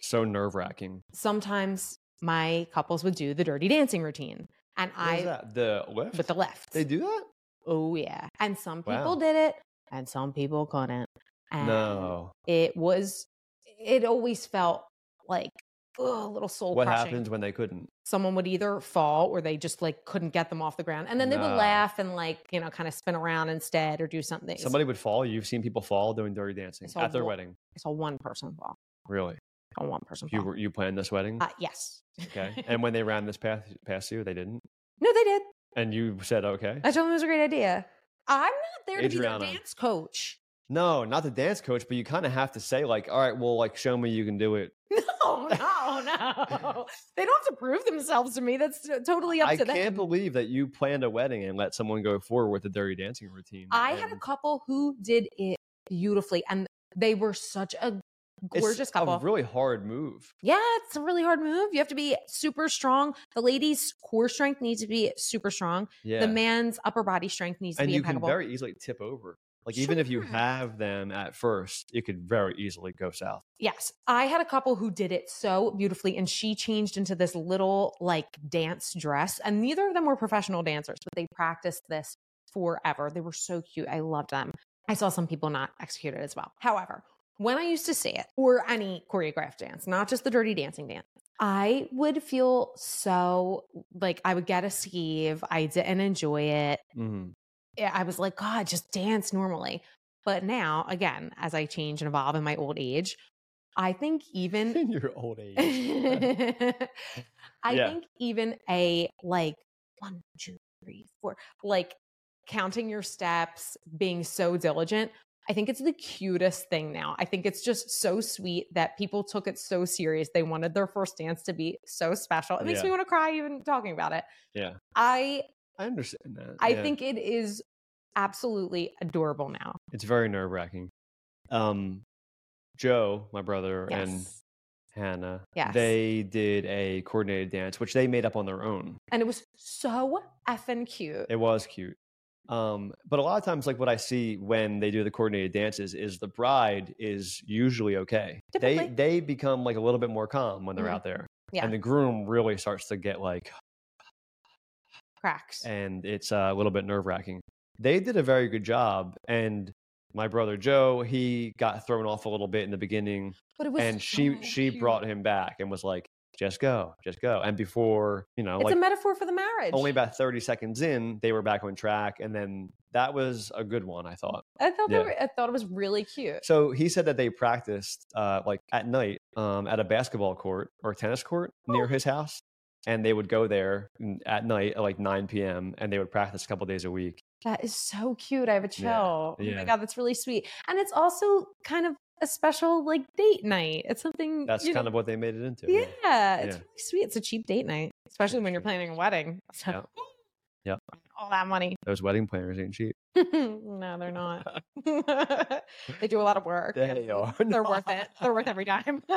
Speaker 2: so nerve wracking
Speaker 3: sometimes my couples would do the dirty dancing routine and i
Speaker 2: that the lift
Speaker 3: with the left
Speaker 2: they do that
Speaker 3: oh yeah and some
Speaker 2: Wow.
Speaker 3: people did it and some people couldn't and
Speaker 2: no
Speaker 3: it was it always felt like ugh, a little soul
Speaker 2: what
Speaker 3: crushing
Speaker 2: happens when they couldn't
Speaker 3: someone would either fall or they just like couldn't get them off the ground and then they would
Speaker 2: No.
Speaker 3: laugh and like you know kind of spin around instead or do something So
Speaker 2: Somebody would fall. You've seen people fall doing dirty dancing
Speaker 3: saw
Speaker 2: at their
Speaker 3: wa-
Speaker 2: wedding.
Speaker 3: i saw one person fall
Speaker 2: Really?
Speaker 3: i saw one person
Speaker 2: You
Speaker 3: fall
Speaker 2: were you planned this wedding?
Speaker 3: uh, yes
Speaker 2: okay. And when they ran this path past you, they didn't.
Speaker 3: no they did
Speaker 2: And you said okay.
Speaker 3: i told them it was a great idea i'm not there to be their
Speaker 2: Adriana.
Speaker 3: dance coach
Speaker 2: No, not the dance coach, but you kind of have to say like, all right, well, like show me you can do it.
Speaker 3: no no no they don't have to prove themselves to me that's t- totally up
Speaker 2: I
Speaker 3: to
Speaker 2: can't
Speaker 3: them
Speaker 2: believe that you planned a wedding and let someone go forward with a dirty dancing routine.
Speaker 3: i had a
Speaker 2: and
Speaker 3: couple who did it beautifully and they were such a
Speaker 2: it's
Speaker 3: gorgeous couple
Speaker 2: A really hard move.
Speaker 3: Yeah, it's a really hard move. You have to be super strong. The lady's core strength needs to be super strong.
Speaker 2: Yeah.
Speaker 3: The man's upper body strength needs to
Speaker 2: and
Speaker 3: be
Speaker 2: you
Speaker 3: impeccable.
Speaker 2: can very easily tip over. Like even if you
Speaker 3: Sure.
Speaker 2: have them at first, it could very easily go south.
Speaker 3: yes, I had a couple who did it so beautifully, and she changed into this little like dance dress. And neither of them were professional dancers, but they practiced this forever. They were so cute. I loved them. I saw some people not execute it as well. However, when I used to see it, or any choreographed dance, not just the dirty dancing dance, I would feel so like I would get a skeeve. I didn't enjoy it.
Speaker 2: Mm-hmm.
Speaker 3: eh, I I was like, God, just dance normally. But now, again, as I change and evolve in my old age, I think even
Speaker 2: in your old age.
Speaker 3: I
Speaker 2: Yeah.
Speaker 3: think even a like one, two, three, four, like counting your steps, being so diligent. I think it's the cutest thing now. I think it's just so sweet that people took it so serious. They wanted their first dance to be so special. It makes
Speaker 2: Yeah.
Speaker 3: me want to cry even talking about it.
Speaker 2: Yeah.
Speaker 3: I
Speaker 2: I understand that.
Speaker 3: I
Speaker 2: yeah.
Speaker 3: think it is absolutely adorable now.
Speaker 2: it's very nerve wracking. Um, Joe, my brother, and
Speaker 3: Yes.
Speaker 2: Hannah,
Speaker 3: Yes.
Speaker 2: they did a coordinated dance, which they made up on their own.
Speaker 3: and it was so effing cute.
Speaker 2: It was cute. Um, but a lot of times, like what I see when they do the coordinated dances is the bride is usually okay. They
Speaker 3: Typically.
Speaker 2: they become like a little bit more calm when they're
Speaker 3: Mhm.
Speaker 2: out there,
Speaker 3: Yeah.
Speaker 2: and the groom really starts to get like,
Speaker 3: Cracks.
Speaker 2: and it's uh, a little bit nerve wracking. They did a very good job, and my brother Joe he got thrown off a little bit in the beginning,
Speaker 3: But it was
Speaker 2: and she
Speaker 3: so
Speaker 2: she
Speaker 3: cute.
Speaker 2: brought him back and was like, just go, just go. And before you know,
Speaker 3: It's
Speaker 2: like
Speaker 3: a metaphor for the marriage.
Speaker 2: only about 30 seconds in, they were back on track. And then that was a good one, I thought.
Speaker 3: I thought
Speaker 2: Yeah.
Speaker 3: they were, I thought it was really cute.
Speaker 2: So he said that they practiced uh, like at night um, at a basketball court or tennis court
Speaker 3: Oh.
Speaker 2: near his house. And they would go there n- at night at like 9 p.m. and they would practice a couple days a week.
Speaker 3: That is so cute. I have a chill. Oh
Speaker 2: yeah.
Speaker 3: my god, that's really sweet. And it's also kind of a special like date night. It's something
Speaker 2: That's
Speaker 3: you
Speaker 2: kind
Speaker 3: know-
Speaker 2: of what they made it into.
Speaker 3: yeah, it's
Speaker 2: Yeah.
Speaker 3: really sweet. It's a cheap date night, especially when you're planning a wedding. So,
Speaker 2: Yeah. Yeah.
Speaker 3: all that money.
Speaker 2: Those wedding planners ain't cheap.
Speaker 3: no, they're not.
Speaker 2: Uh-huh.
Speaker 3: they do a lot of work. and
Speaker 2: They are
Speaker 3: They're worth it. They're worth every dime.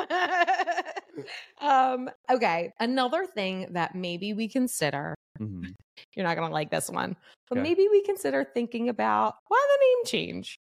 Speaker 3: um, okay. Another thing that maybe we consider
Speaker 2: Mhm.
Speaker 3: you're not going to like this one. But
Speaker 2: Okay.
Speaker 3: maybe we consider thinking about why the name change.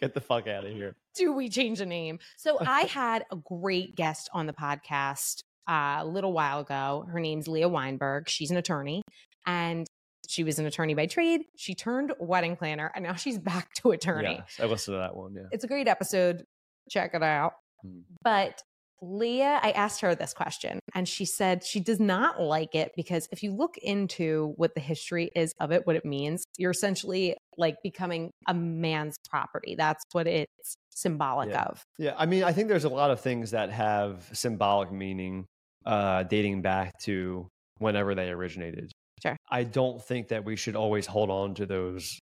Speaker 2: Get the fuck out of here.
Speaker 3: Do we change the name? So I had a great guest on the podcast uh, a little while ago. Her name's Leah Weinberg. She's an attorney and she was an attorney by trade. She turned wedding planner and now she's back to attorney.
Speaker 2: Yes, I listened to that one. Yeah.
Speaker 3: It's a great episode. Check it out.
Speaker 2: Mm.
Speaker 3: But Leah, I asked her this question and she said she does not like it because if you look into what the history is of it, what it means, you're essentially like becoming a man's property. That's what it's symbolic
Speaker 2: Yeah.
Speaker 3: of.
Speaker 2: Yeah, I mean, I think there's a lot of things that have symbolic meaning uh, dating back to whenever they originated.
Speaker 3: Sure.
Speaker 2: I don't think that we should always hold on to those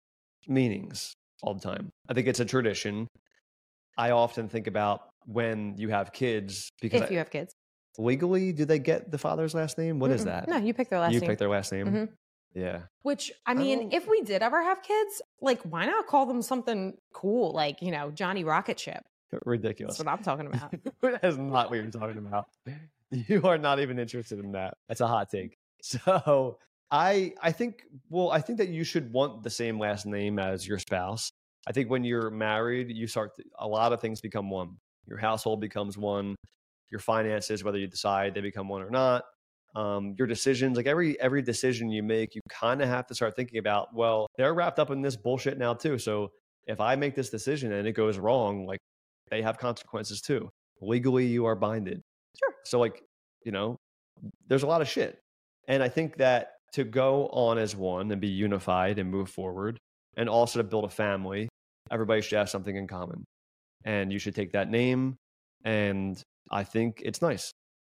Speaker 2: meanings all the time. I think it's a tradition. I often think about when you have kids because
Speaker 3: If you have kids.
Speaker 2: legally, do they get the father's last name? What is
Speaker 3: Mm-mm.
Speaker 2: that?
Speaker 3: No, you pick their last
Speaker 2: you
Speaker 3: name.
Speaker 2: pick Oh. their last name.
Speaker 3: Mhm.
Speaker 2: Yeah.
Speaker 3: Which I mean,
Speaker 2: don't-
Speaker 3: if we did ever have kids, like why not call them something cool like, you know, Johnny Rocket Ship. That's
Speaker 2: Ridiculous.
Speaker 3: what I'm talking about.
Speaker 2: That's not what you're talking about. You are not even interested in that. That's a hot take. So I I think well, I think that you should want the same last name as your spouse. I think when you're married, you start to- a lot of things become one. Your household becomes one. Your finances, whether you decide they become one or not. Um, your decisions, like every every decision you make, you kind of have to start thinking about. Well, they're wrapped up in this bullshit now too. So if I make this decision and it goes wrong, like they have consequences too legally you are binded. Sure. So like, you know, there's a lot of shit. And I think that to go on as one and be unified and move forward and also to build a family, everybody should have something in common. And you should take that name and I think it's nice.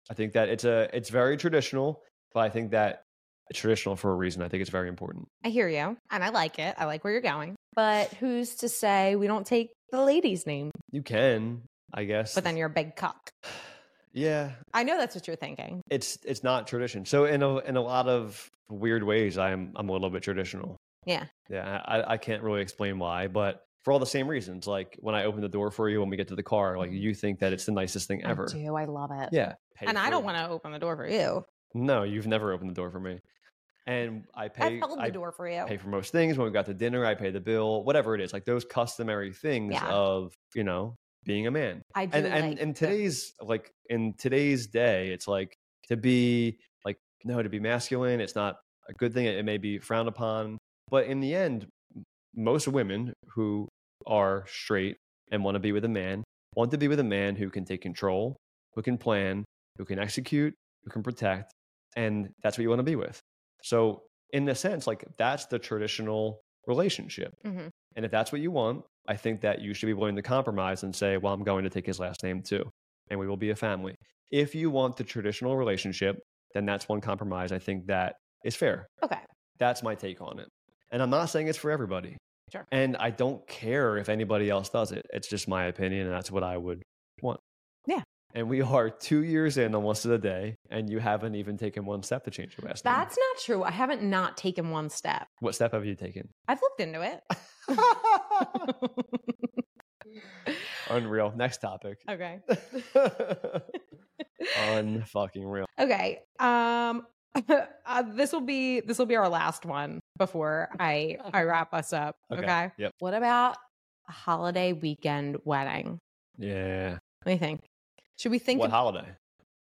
Speaker 2: I think that it's a it's very traditional, but I think that it's traditional for a reason. I think it's very important.
Speaker 3: I hear you, and I like it. I like where you're going. But who's to say we don't take the lady's name?
Speaker 2: You can, I guess.
Speaker 3: But then you're a big cuck.
Speaker 2: yeah,
Speaker 3: I know that's what you're thinking.
Speaker 2: it's it's not tradition. So in a in a lot of weird ways, I'm I'm a little bit traditional.
Speaker 3: Yeah.
Speaker 2: Yeah. I, I can't really explain why, but for all the same reasons. Like when I open the door for you when we get to the car, like you think that it's the nicest thing ever.
Speaker 3: Mm-hmm. I do. I love it.
Speaker 2: Yeah. pay
Speaker 3: and I
Speaker 2: for
Speaker 3: don't
Speaker 2: it.
Speaker 3: want to open the door for you.
Speaker 2: No, you've never opened the door for me. And I
Speaker 3: I've
Speaker 2: pay
Speaker 3: held the
Speaker 2: I
Speaker 3: door for you.
Speaker 2: pay for most things. When we got to dinner, I pay the bill, whatever it is. Like those customary things
Speaker 3: Yeah.
Speaker 2: of, you know, being a man.
Speaker 3: I do.
Speaker 2: and and
Speaker 3: like
Speaker 2: in
Speaker 3: the-
Speaker 2: today's like in today's day it's like to be like no to be masculine it's not a good thing it, it may be frowned upon but in the end m- most women who are straight and want to be with a man want to be with a man who can take control who can plan who can execute who can protect and that's what you want to be with so in a sense like that's the traditional relationship
Speaker 3: Mhm.
Speaker 2: and if that's what you want I think that you should be willing to compromise and say, well, I'm going to take his last name too, and we will be a family. If you want the traditional relationship, then that's one compromise I think that is fair.
Speaker 3: Okay.
Speaker 2: That's my take on it. And I'm not saying it's for everybody.
Speaker 3: Sure.
Speaker 2: And I don't care if anybody else does it. It's just my opinion, and that's what I would want.
Speaker 3: Yeah.
Speaker 2: And we are two years in almost to the day, and you haven't even taken one step to change your last name.
Speaker 3: That's not true. I haven't not taken one step.
Speaker 2: What step have you taken?
Speaker 3: I've looked into it.
Speaker 2: Unreal. Next topic.
Speaker 3: okay.
Speaker 2: Unfucking real.
Speaker 3: Okay. Um uh, this will be this will be our last one before I I wrap us up. Okay.
Speaker 2: Okay. Yep.
Speaker 3: What about a holiday weekend wedding?
Speaker 2: Yeah.
Speaker 3: What do you think? Should we think
Speaker 2: what holiday?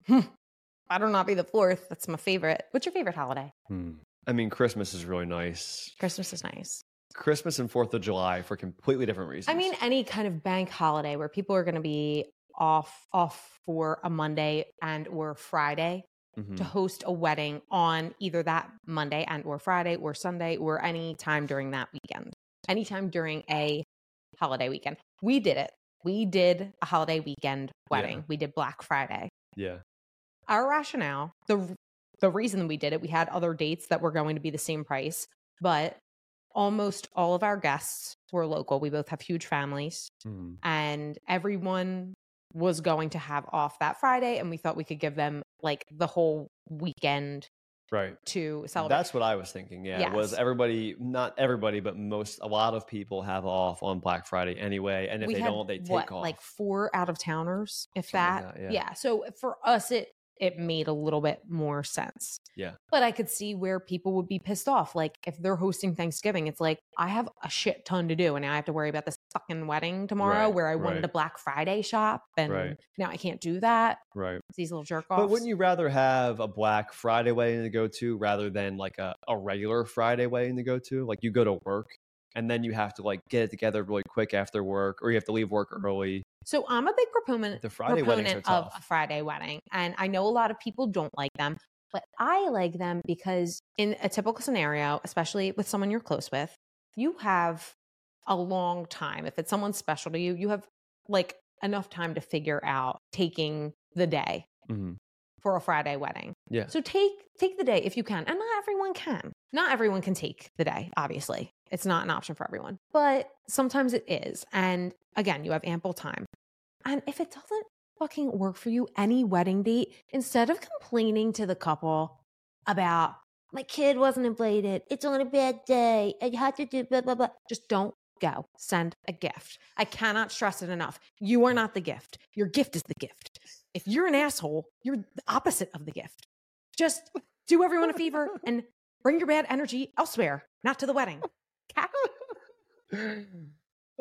Speaker 3: I don't not be the fourth. That's my favorite. What's your favorite holiday?
Speaker 2: Hmm. I mean, Christmas is really nice.
Speaker 3: Christmas is nice.
Speaker 2: Christmas and Fourth of July for completely different reasons.
Speaker 3: I mean, any kind of bank holiday where people are going to be off off for a Monday and or Friday
Speaker 2: Mhm.
Speaker 3: to host a wedding on either that Monday and or Friday or Sunday or any time during that weekend. Anytime during a holiday weekend. We did it. We did a holiday weekend wedding. We did Black Friday.
Speaker 2: yeah.
Speaker 3: Our rationale, the the reason we did it, we had other dates that were going to be the same price, but almost all of our guests were local. We both have huge families
Speaker 2: Hmm.
Speaker 3: and everyone was going to have off that Friday and we thought we could give them like the whole weekend
Speaker 2: Right.
Speaker 3: to celebrate.
Speaker 2: That's what I was thinking. Yeah, was
Speaker 3: Yes.
Speaker 2: everybody not everybody, but most a lot of people have off on Black Friday anyway, and if
Speaker 3: we
Speaker 2: they
Speaker 3: had,
Speaker 2: don't, they take
Speaker 3: what,
Speaker 2: off.
Speaker 3: like four out of towners, if
Speaker 2: Something
Speaker 3: that.
Speaker 2: like that,
Speaker 3: yeah.
Speaker 2: yeah.
Speaker 3: So for us, it it made a little bit more sense.
Speaker 2: Yeah.
Speaker 3: But I could see where people would be pissed off. Like if they're hosting Thanksgiving, it's like I have a shit ton to do, and now I have to worry about this fucking wedding tomorrow,
Speaker 2: Right,
Speaker 3: where I wanted
Speaker 2: right.
Speaker 3: a Black Friday shop, and
Speaker 2: Right.
Speaker 3: now I can't do that.
Speaker 2: right.
Speaker 3: These little jerk offs.
Speaker 2: But wouldn't you rather have a Black Friday wedding to go to rather than like a, a regular Friday wedding to go to? Like you go to work and then you have to like get it together really quick after work, or you have to leave work early.
Speaker 3: So I'm a big proponent
Speaker 2: The Friday weddings are
Speaker 3: Uh, proponent of
Speaker 2: tough.
Speaker 3: a Friday wedding, and I know a lot of people don't like them, but I like them because in a typical scenario, especially with someone you're close with, you have a long time. If it's someone special to you, you have like enough time to figure out taking the day
Speaker 2: Mhm.
Speaker 3: for a Friday wedding.
Speaker 2: Yeah.
Speaker 3: So take take the day if you can. And not everyone can. Not everyone can take the day, obviously. It's not an option for everyone. But sometimes it is. And again, you have ample time. And if it doesn't fucking work for you any wedding date, instead of complaining to the couple about my kid wasn't inflated, it's on a bad day, I had to do blah blah blah. Just don't go. Send a gift. I cannot stress it enough. You are not the gift. Your gift is the gift if you're an asshole, you're the opposite of the gift. Just do everyone a favor and bring your bad energy elsewhere, not to the wedding. Cat-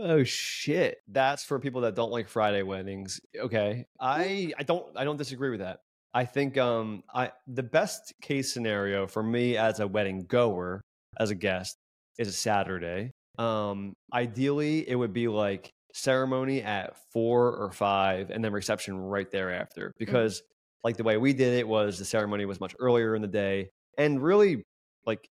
Speaker 2: Oh shit. That's for people that don't like Friday weddings. Okay. I I don't I don't disagree with that. I think um I the best case scenario for me as a wedding goer, as a guest, is a Saturday. Um ideally it would be like ceremony at 4 or 5 and then reception right thereafter because like the way we did it was the ceremony was much earlier in the day and really like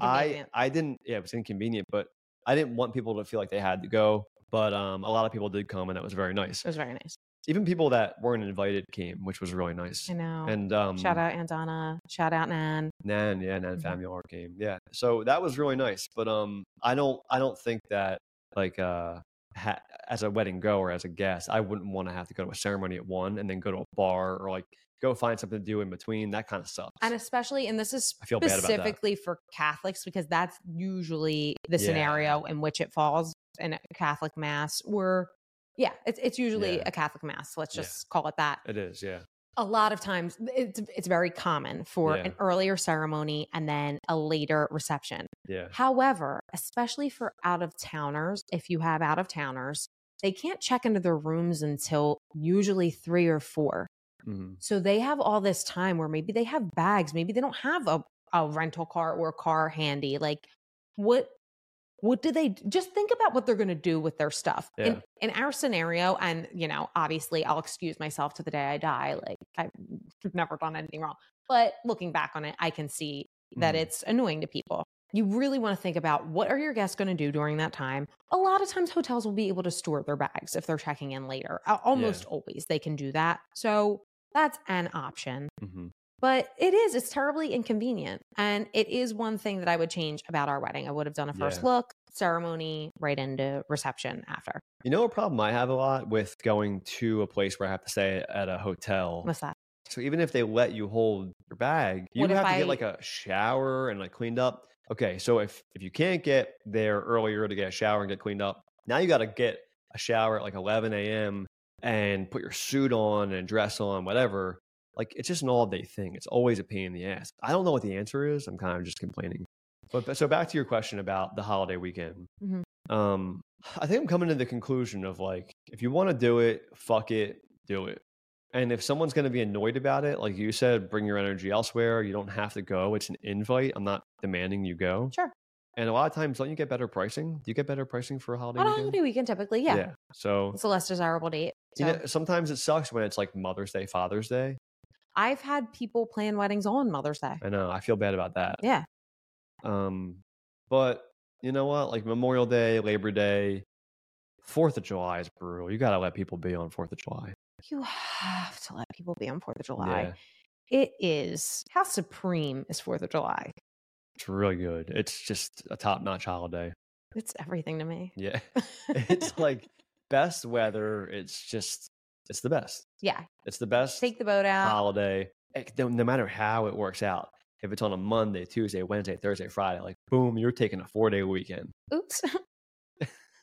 Speaker 2: I
Speaker 3: Inconvenient.
Speaker 2: I didn't. Yeah, it was inconvenient, but I didn't want people to feel like they had to go. But um, a lot of people did come, and that was very nice.
Speaker 3: it was very nice.
Speaker 2: Even people that weren't invited came, which was really nice.
Speaker 3: I know.
Speaker 2: And um,
Speaker 3: shout out Andana. Shout out Nan.
Speaker 2: Nan, yeah, Nan
Speaker 3: Mhm.
Speaker 2: Famular came, yeah. So that was really nice. But um, I don't I don't think that like uh. Ha- as a wedding goer, as a guest, I wouldn't want to have to go to a ceremony at one and then go to a bar or like go find something to do in between. That kind of sucks.
Speaker 3: And especially, and this is
Speaker 2: I feel bad about that.
Speaker 3: specifically for Catholics because that's usually the
Speaker 2: Yeah.
Speaker 3: scenario in which it falls in a Catholic mass or. Yeah, it's it's usually
Speaker 2: Yeah.
Speaker 3: a Catholic mass. Let's
Speaker 2: Yeah.
Speaker 3: just call it that.
Speaker 2: it is, yeah.
Speaker 3: a lot of times it's it's very common for
Speaker 2: Yeah.
Speaker 3: an earlier ceremony and then a later reception.
Speaker 2: Yeah.
Speaker 3: However, especially for out of towners, if you have out of towners, they can't check into their rooms until usually 3 or 4.
Speaker 2: hmm
Speaker 3: So they have all this time where maybe they have bags, maybe they don't have a, a rental car or a car handy. Like what what do they just think about what they're going to do with their stuff in, in our scenario and you know obviously i'll excuse myself to the day i die like i've never done anything wrong but looking back on it i can see that
Speaker 2: Mhm.
Speaker 3: it's annoying to people You really want to think about what are your guests going to do during that time? A lot of times hotels will be able to store their bags if they're checking in later. Al- Almost always they can do that. So that's an option.
Speaker 2: hmm
Speaker 3: But it is, it's terribly inconvenient. And it is one thing that I would change about our wedding. I would have done a first
Speaker 2: Yeah.
Speaker 3: look, ceremony, right into reception after.
Speaker 2: You know, a problem I have a lot with going to a place where I have to stay at a hotel.
Speaker 3: What's that?
Speaker 2: So even if they let you hold your bag, you
Speaker 3: What
Speaker 2: would
Speaker 3: if
Speaker 2: have to
Speaker 3: I-
Speaker 2: get like a shower and like cleaned up. Okay, so if if you can't get there earlier to get a shower and get cleaned up, now you got to get a shower at like 11 a.m. and put your suit on and dress on, whatever. Like it's just an all day thing. It's always a pain in the ass. I don't know what the answer is. I'm kind of just complaining. But but- so back to your question about the holiday weekend.
Speaker 3: Mhm.
Speaker 2: Um, I think I'm coming to the conclusion of like, if you want to do it, fuck it, do it. And if someone's going to be annoyed about it, like you said, bring your energy elsewhere. You don't have to go. It's an invite. I'm not demanding you go.
Speaker 3: Sure.
Speaker 2: And a lot of times, don't you get better pricing? Do you get better pricing for a holiday?
Speaker 3: On a
Speaker 2: weekend?
Speaker 3: holiday weekend, typically, yeah.
Speaker 2: So
Speaker 3: It's a less desirable date. So
Speaker 2: you know, sometimes it sucks when it's like Mother's Day, Father's Day.
Speaker 3: I've had people plan weddings on Mother's Day.
Speaker 2: I know. uh, I feel bad about that.
Speaker 3: Yeah.
Speaker 2: Um, but you know what? Like Memorial Day, Labor Day, Fourth of July is brutal. You got to let people be on Fourth of July.
Speaker 3: You have to let people be on 4th of July. It is. How supreme is 4th of July?
Speaker 2: It's really good. It's just a top notch holiday.
Speaker 3: It's everything to me.
Speaker 2: Yeah. it's like best weather. It's just, it's the best.
Speaker 3: yeah.
Speaker 2: It's the best
Speaker 3: Take the boat out.
Speaker 2: holiday. It- no, no matter how it works out, if it's on a Monday, Tuesday, Wednesday, Thursday, Friday, like boom, you're taking a four day weekend.
Speaker 3: Oops.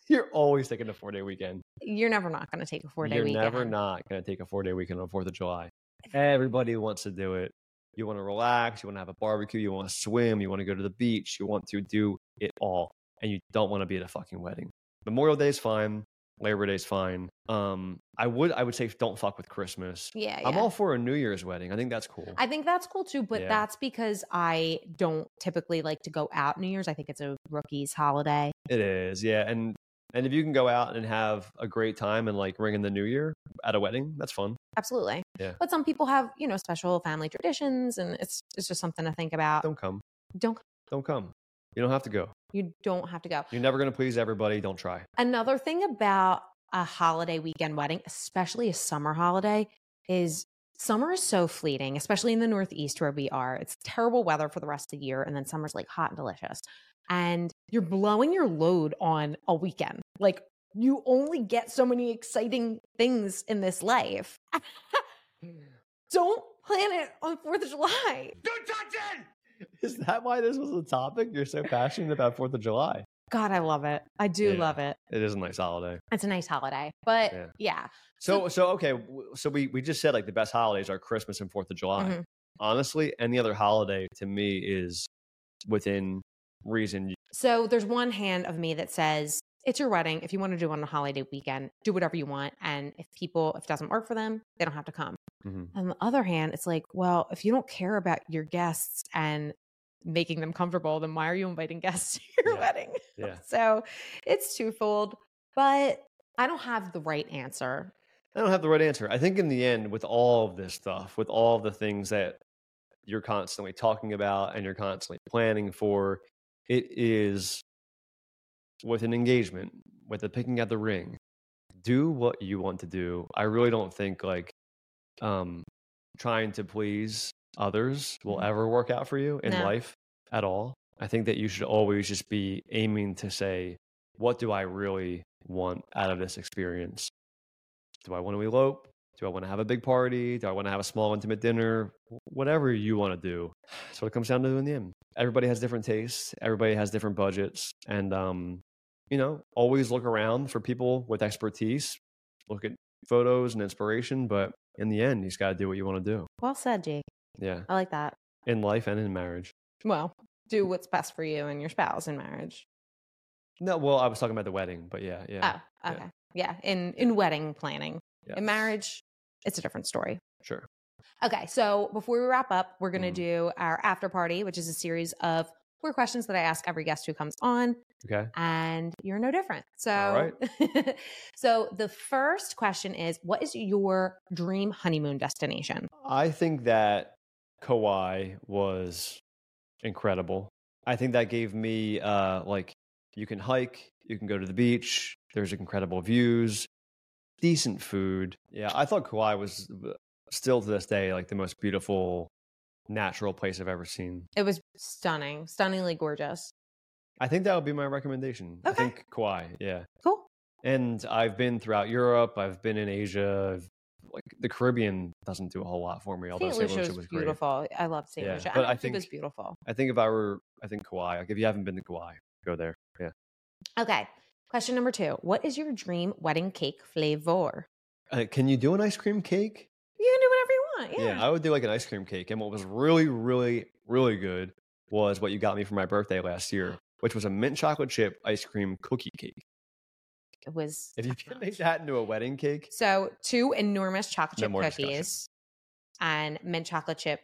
Speaker 2: You're always taking a four day weekend.
Speaker 3: You're never not going to take a four day
Speaker 2: You're
Speaker 3: weekend.
Speaker 2: never not going to take a four day weekend on 4th of July. Everybody wants to do it. You want to relax. You want to have a barbecue. You want to swim. You want to go to the beach. You want to do it all. And you don't want to be at a fucking wedding. Memorial Day is fine. Labor Day is fine. Um, I would, I would say don't fuck with Christmas.
Speaker 3: Yeah.
Speaker 2: I'm
Speaker 3: yeah.
Speaker 2: all for a New Year's wedding. I think that's cool.
Speaker 3: I think that's cool too, but
Speaker 2: Yeah.
Speaker 3: that's because I don't typically like to go out New Year's. I think it's a rookie's holiday.
Speaker 2: it is, yeah. And and if you can go out and have a great time and like ring in the New Year at a wedding, that's fun.
Speaker 3: Absolutely.
Speaker 2: Yeah.
Speaker 3: But some people have, you know, special family traditions and it's it's just something to think about.
Speaker 2: Don't come.
Speaker 3: Don't-
Speaker 2: Don't come. You don't have to go.
Speaker 3: you don't have to go.
Speaker 2: You're never going to please everybody. Don't try.
Speaker 3: Another thing about a holiday weekend wedding, especially a summer holiday, is summer is so fleeting, especially in the Northeast where we are. It's terrible weather for the rest of the year, and then summer's like hot and delicious. And you're blowing your load on a weekend. Like, you only get so many exciting things in this life. Don't plan it on 4th of July.
Speaker 2: Is that why this was a topic? You're so passionate about Fourth of July.
Speaker 3: God, I love it. I do
Speaker 2: Yeah.
Speaker 3: love it.
Speaker 2: It is a nice holiday.
Speaker 3: It's a nice holiday. But
Speaker 2: Yeah.
Speaker 3: yeah,
Speaker 2: So, so okay. w- So we we just said like the best holidays are Christmas and Fourth of July.
Speaker 3: Mhm.
Speaker 2: Honestly, any other holiday to me is within reason.
Speaker 3: So there's one hand of me that says, it's your wedding. If you want to do it on a holiday weekend, do whatever you want. And if people, if it doesn't work for them, they don't have to come.
Speaker 2: Mhm.
Speaker 3: On the other hand, it's like, well, if you don't care about your guests and making them comfortable, then why are you inviting guests to your
Speaker 2: Yeah.
Speaker 3: wedding?
Speaker 2: Yeah,
Speaker 3: So it's twofold, but I don't have the right answer.
Speaker 2: I don't have the right answer. I think in the end, with all of this stuff, with all of the things that you're constantly talking about and you're constantly planning for, it is with an engagement, with the picking out the ring, do what you want to do. I really don't think like um, trying to please others will
Speaker 3: Mhm.
Speaker 2: ever work out for you in
Speaker 3: No.
Speaker 2: life at all. I think that you should always just be aiming to say, what do I really want out of this experience? Do I want to elope? Do I want to have a big party? Do I want to have a small, intimate dinner? Wh- Whatever you want to do. That's what it comes down to in the end. Everybody has different tastes, everybody has different budgets. And um, you know, always look around for people with expertise, look at photos and inspiration, but in the end, you just got to do what you want to do.
Speaker 3: Well said, Jake.
Speaker 2: Yeah.
Speaker 3: I like that.
Speaker 2: In life and in marriage.
Speaker 3: Well, do what's best for you and your spouse in marriage.
Speaker 2: No, well, I was talking about the wedding, but yeah, yeah.
Speaker 3: oh,
Speaker 2: yeah.
Speaker 3: okay. yeah. In in wedding planning.
Speaker 2: yeah.
Speaker 3: Oh, In marriage, it's a different story.
Speaker 2: Sure.
Speaker 3: Okay, so before we wrap up, we're going to
Speaker 2: Mhm.
Speaker 3: do our after party, which is a series of four questions that I ask every guest who comes on,
Speaker 2: Okay.
Speaker 3: and you're no different. So,
Speaker 2: All
Speaker 3: so the first question is, what is your dream honeymoon destination?
Speaker 2: I think that Kauai was incredible. I think that gave me uh, like you can hike, you can go to the beach. There's incredible views, decent food. Yeah, I thought Kauai was uh, still to this day like the most beautiful natural place I've ever seen.
Speaker 3: It was stunning, stunningly gorgeous.
Speaker 2: I think that would be my recommendation. I
Speaker 3: Okay.
Speaker 2: think Kauai, yeah.
Speaker 3: Cool.
Speaker 2: And I've been throughout Europe. I've been in Asia. I've- like the Caribbean doesn't do a whole lot for me. Although
Speaker 3: St.
Speaker 2: St.
Speaker 3: Lucia was,
Speaker 2: great.
Speaker 3: beautiful. I love St.
Speaker 2: Yeah,
Speaker 3: Lucia.
Speaker 2: but I
Speaker 3: I, think
Speaker 2: think-
Speaker 3: it was beautiful.
Speaker 2: I think if I were, I think Kauai. Like if you haven't been to Kauai, go there. Yeah.
Speaker 3: Okay. Question number two. What is your dream wedding cake flavor?
Speaker 2: Uh, can you do an ice cream cake?
Speaker 3: You can do whatever you want. Yeah.
Speaker 2: I would do like an ice cream cake. And what was really, really, really good was what you got me for my birthday last year, which was a mint chocolate chip ice cream cookie cake.
Speaker 3: It was
Speaker 2: If you can make that into a wedding cake,
Speaker 3: so two enormous chocolate
Speaker 2: No
Speaker 3: chip
Speaker 2: more discussion.
Speaker 3: cookies and mint chocolate chip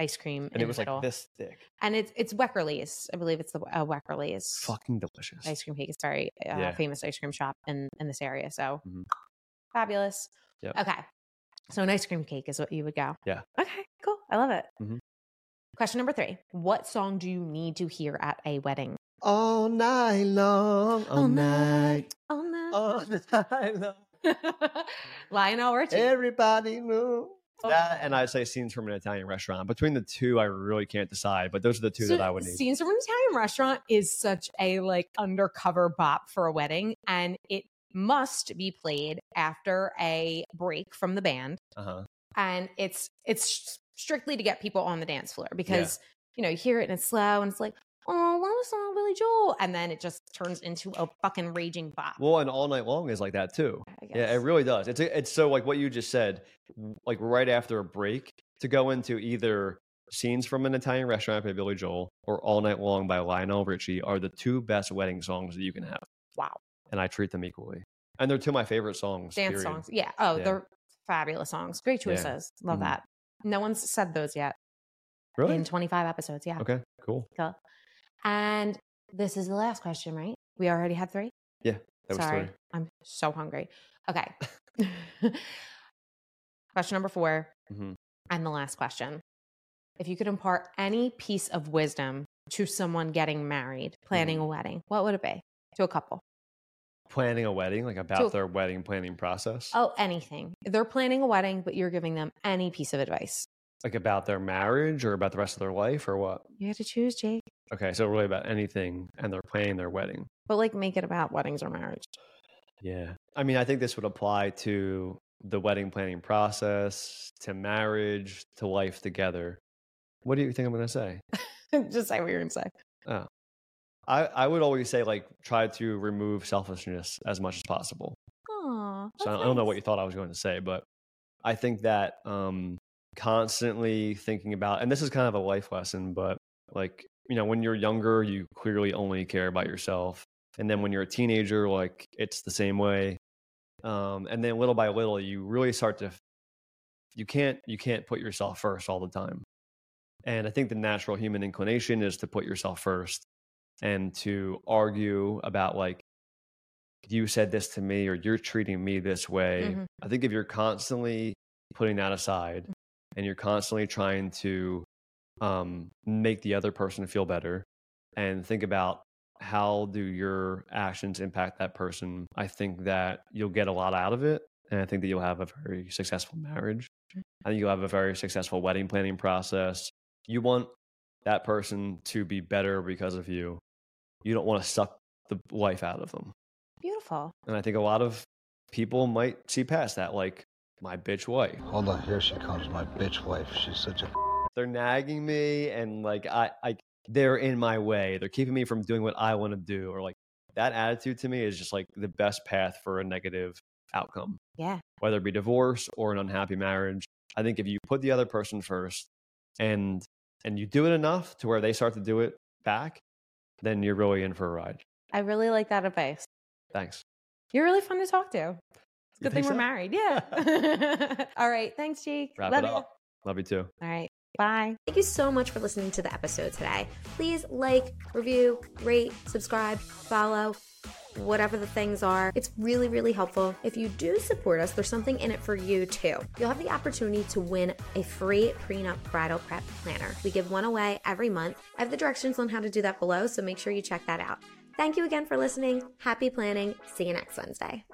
Speaker 3: ice cream
Speaker 2: and
Speaker 3: in
Speaker 2: it was
Speaker 3: the middle.
Speaker 2: like this thick,
Speaker 3: And it's it's Weckerly's. I believe it's the uh, Weckerly's
Speaker 2: fucking delicious.
Speaker 3: ice cream cake. It's very uh,
Speaker 2: Yeah.
Speaker 3: famous ice cream shop in in this area. So
Speaker 2: Mhm.
Speaker 3: fabulous.
Speaker 2: Yep.
Speaker 3: Okay. So an ice cream cake is what you would go.
Speaker 2: Yeah.
Speaker 3: Okay. Cool. I love it.
Speaker 2: Mhm.
Speaker 3: Question number three: What song do you need to hear at a wedding?
Speaker 2: All night long, all,
Speaker 3: All
Speaker 2: night,
Speaker 3: Oh no.
Speaker 2: all night long.
Speaker 3: Lionel Richie.
Speaker 2: Everybody know
Speaker 3: Oh.
Speaker 2: that, and I say scenes from an Italian restaurant. Between the two, I really can't decide, but those are the two that I would need.
Speaker 3: Scenes from an Italian restaurant is such a like undercover bop for a wedding, and it must be played after a break from the band.
Speaker 2: Uh-huh.
Speaker 3: and it's it's strictly to get people on the dance floor because you know you hear it and it's slow and it's like oh love a song Billy Joel and then it just turns into a fucking raging bop.
Speaker 2: Well, and all night long is like that too.
Speaker 3: I
Speaker 2: Yeah, it
Speaker 3: guess.
Speaker 2: really does. It's it's so like what you just said, w- like right after a break to go into either scenes from an Italian restaurant by Billy Joel or All Night Long by Lionel Richie are the two best wedding songs that you can have,
Speaker 3: wow
Speaker 2: and I treat them equally. And they're two of my favorite songs.
Speaker 3: dance
Speaker 2: period.
Speaker 3: songs yeah oh
Speaker 2: Yeah.
Speaker 3: they're fabulous songs great
Speaker 2: Yeah.
Speaker 3: choices love
Speaker 2: Mhm.
Speaker 3: that no one's said those yet
Speaker 2: Really?
Speaker 3: in 25 episodes yeah
Speaker 2: Okay. Cool.
Speaker 3: Cool. and this is the last question right we already had three
Speaker 2: That was
Speaker 3: Sorry,
Speaker 2: three.
Speaker 3: I'm so hungry. Okay. question number 4
Speaker 2: Mhm.
Speaker 3: and the last question. If you could impart any piece of wisdom to someone getting married, planning
Speaker 2: Mm.
Speaker 3: a wedding, what would it be to a couple?
Speaker 2: Planning a wedding, like about
Speaker 3: So-
Speaker 2: their wedding planning process,
Speaker 3: Oh, anything. They're planning a wedding, but you're giving them any piece of advice.
Speaker 2: like about their marriage or about the rest of their life or what?
Speaker 3: You have to choose, Jake,
Speaker 2: Okay, so really about anything, and they're planning their wedding.
Speaker 3: but like make it about weddings or marriage.
Speaker 2: Yeah. I mean, I think this would apply to the wedding planning process, to marriage, to life together. What do you think I'm going to say?
Speaker 3: Just say what you're going to say.
Speaker 2: I, I would always say, like, try to remove selfishness as much as possible.
Speaker 3: Aw,
Speaker 2: So I
Speaker 3: that's
Speaker 2: I don't know what
Speaker 3: nice.
Speaker 2: you thought I was going to say, but I think that um, constantly thinking about, and this is kind of a life lesson, but like, you know, when you're younger, you clearly only care about yourself. And then when you're a teenager, like, it's the same way. Um, and then little by little, you really start to, you can't, you can't put yourself first all the time. And I think the natural human inclination is to put yourself first and to argue about, like, you said this to me or you're treating me this way.
Speaker 3: Mhm.
Speaker 2: I think if you're constantly putting that aside and you're constantly trying to um, make the other person feel better and think about how do your actions impact that person, I think that you'll get a lot out of it. And I think that you'll have a very successful marriage. I think you'll have a very successful wedding planning process. You want that person to be better because of you. You don't want to suck the life out of them.
Speaker 3: Beautiful.
Speaker 2: And I think a lot of people might see past that, like my bitch wife.
Speaker 4: Hold on, here she comes, my bitch wife. She's such a
Speaker 2: They're nagging me and like I, I they're in my way. They're keeping me from doing what I want to do. Or like that attitude to me is just like the best path for a negative outcome.
Speaker 3: Yeah.
Speaker 2: Whether it be divorce or an unhappy marriage. I think if you put the other person first and and you do it enough to where they start to do it back, then you're really in for a ride.
Speaker 3: I really like that advice.
Speaker 2: Thanks.
Speaker 3: You're really fun to talk to. It's a
Speaker 2: You
Speaker 3: good thing
Speaker 2: think
Speaker 3: we're
Speaker 2: so?
Speaker 3: married. Yeah. All right. Thanks, Jake.
Speaker 2: Wrap
Speaker 3: Love
Speaker 2: it
Speaker 3: you.
Speaker 2: up. Love you too.
Speaker 3: All right. Bye.
Speaker 1: Thank you so much for listening to the episode today. Please like, review, rate, subscribe, follow, whatever the things are. It's really, really helpful. If you do support us, there's something in it for you too. You'll have the opportunity to win a free prenup bridal prep planner. We give one away every month. I have the directions on how to do that below, so make sure you check that out. Thank you again for listening. Happy planning. See you next Wednesday.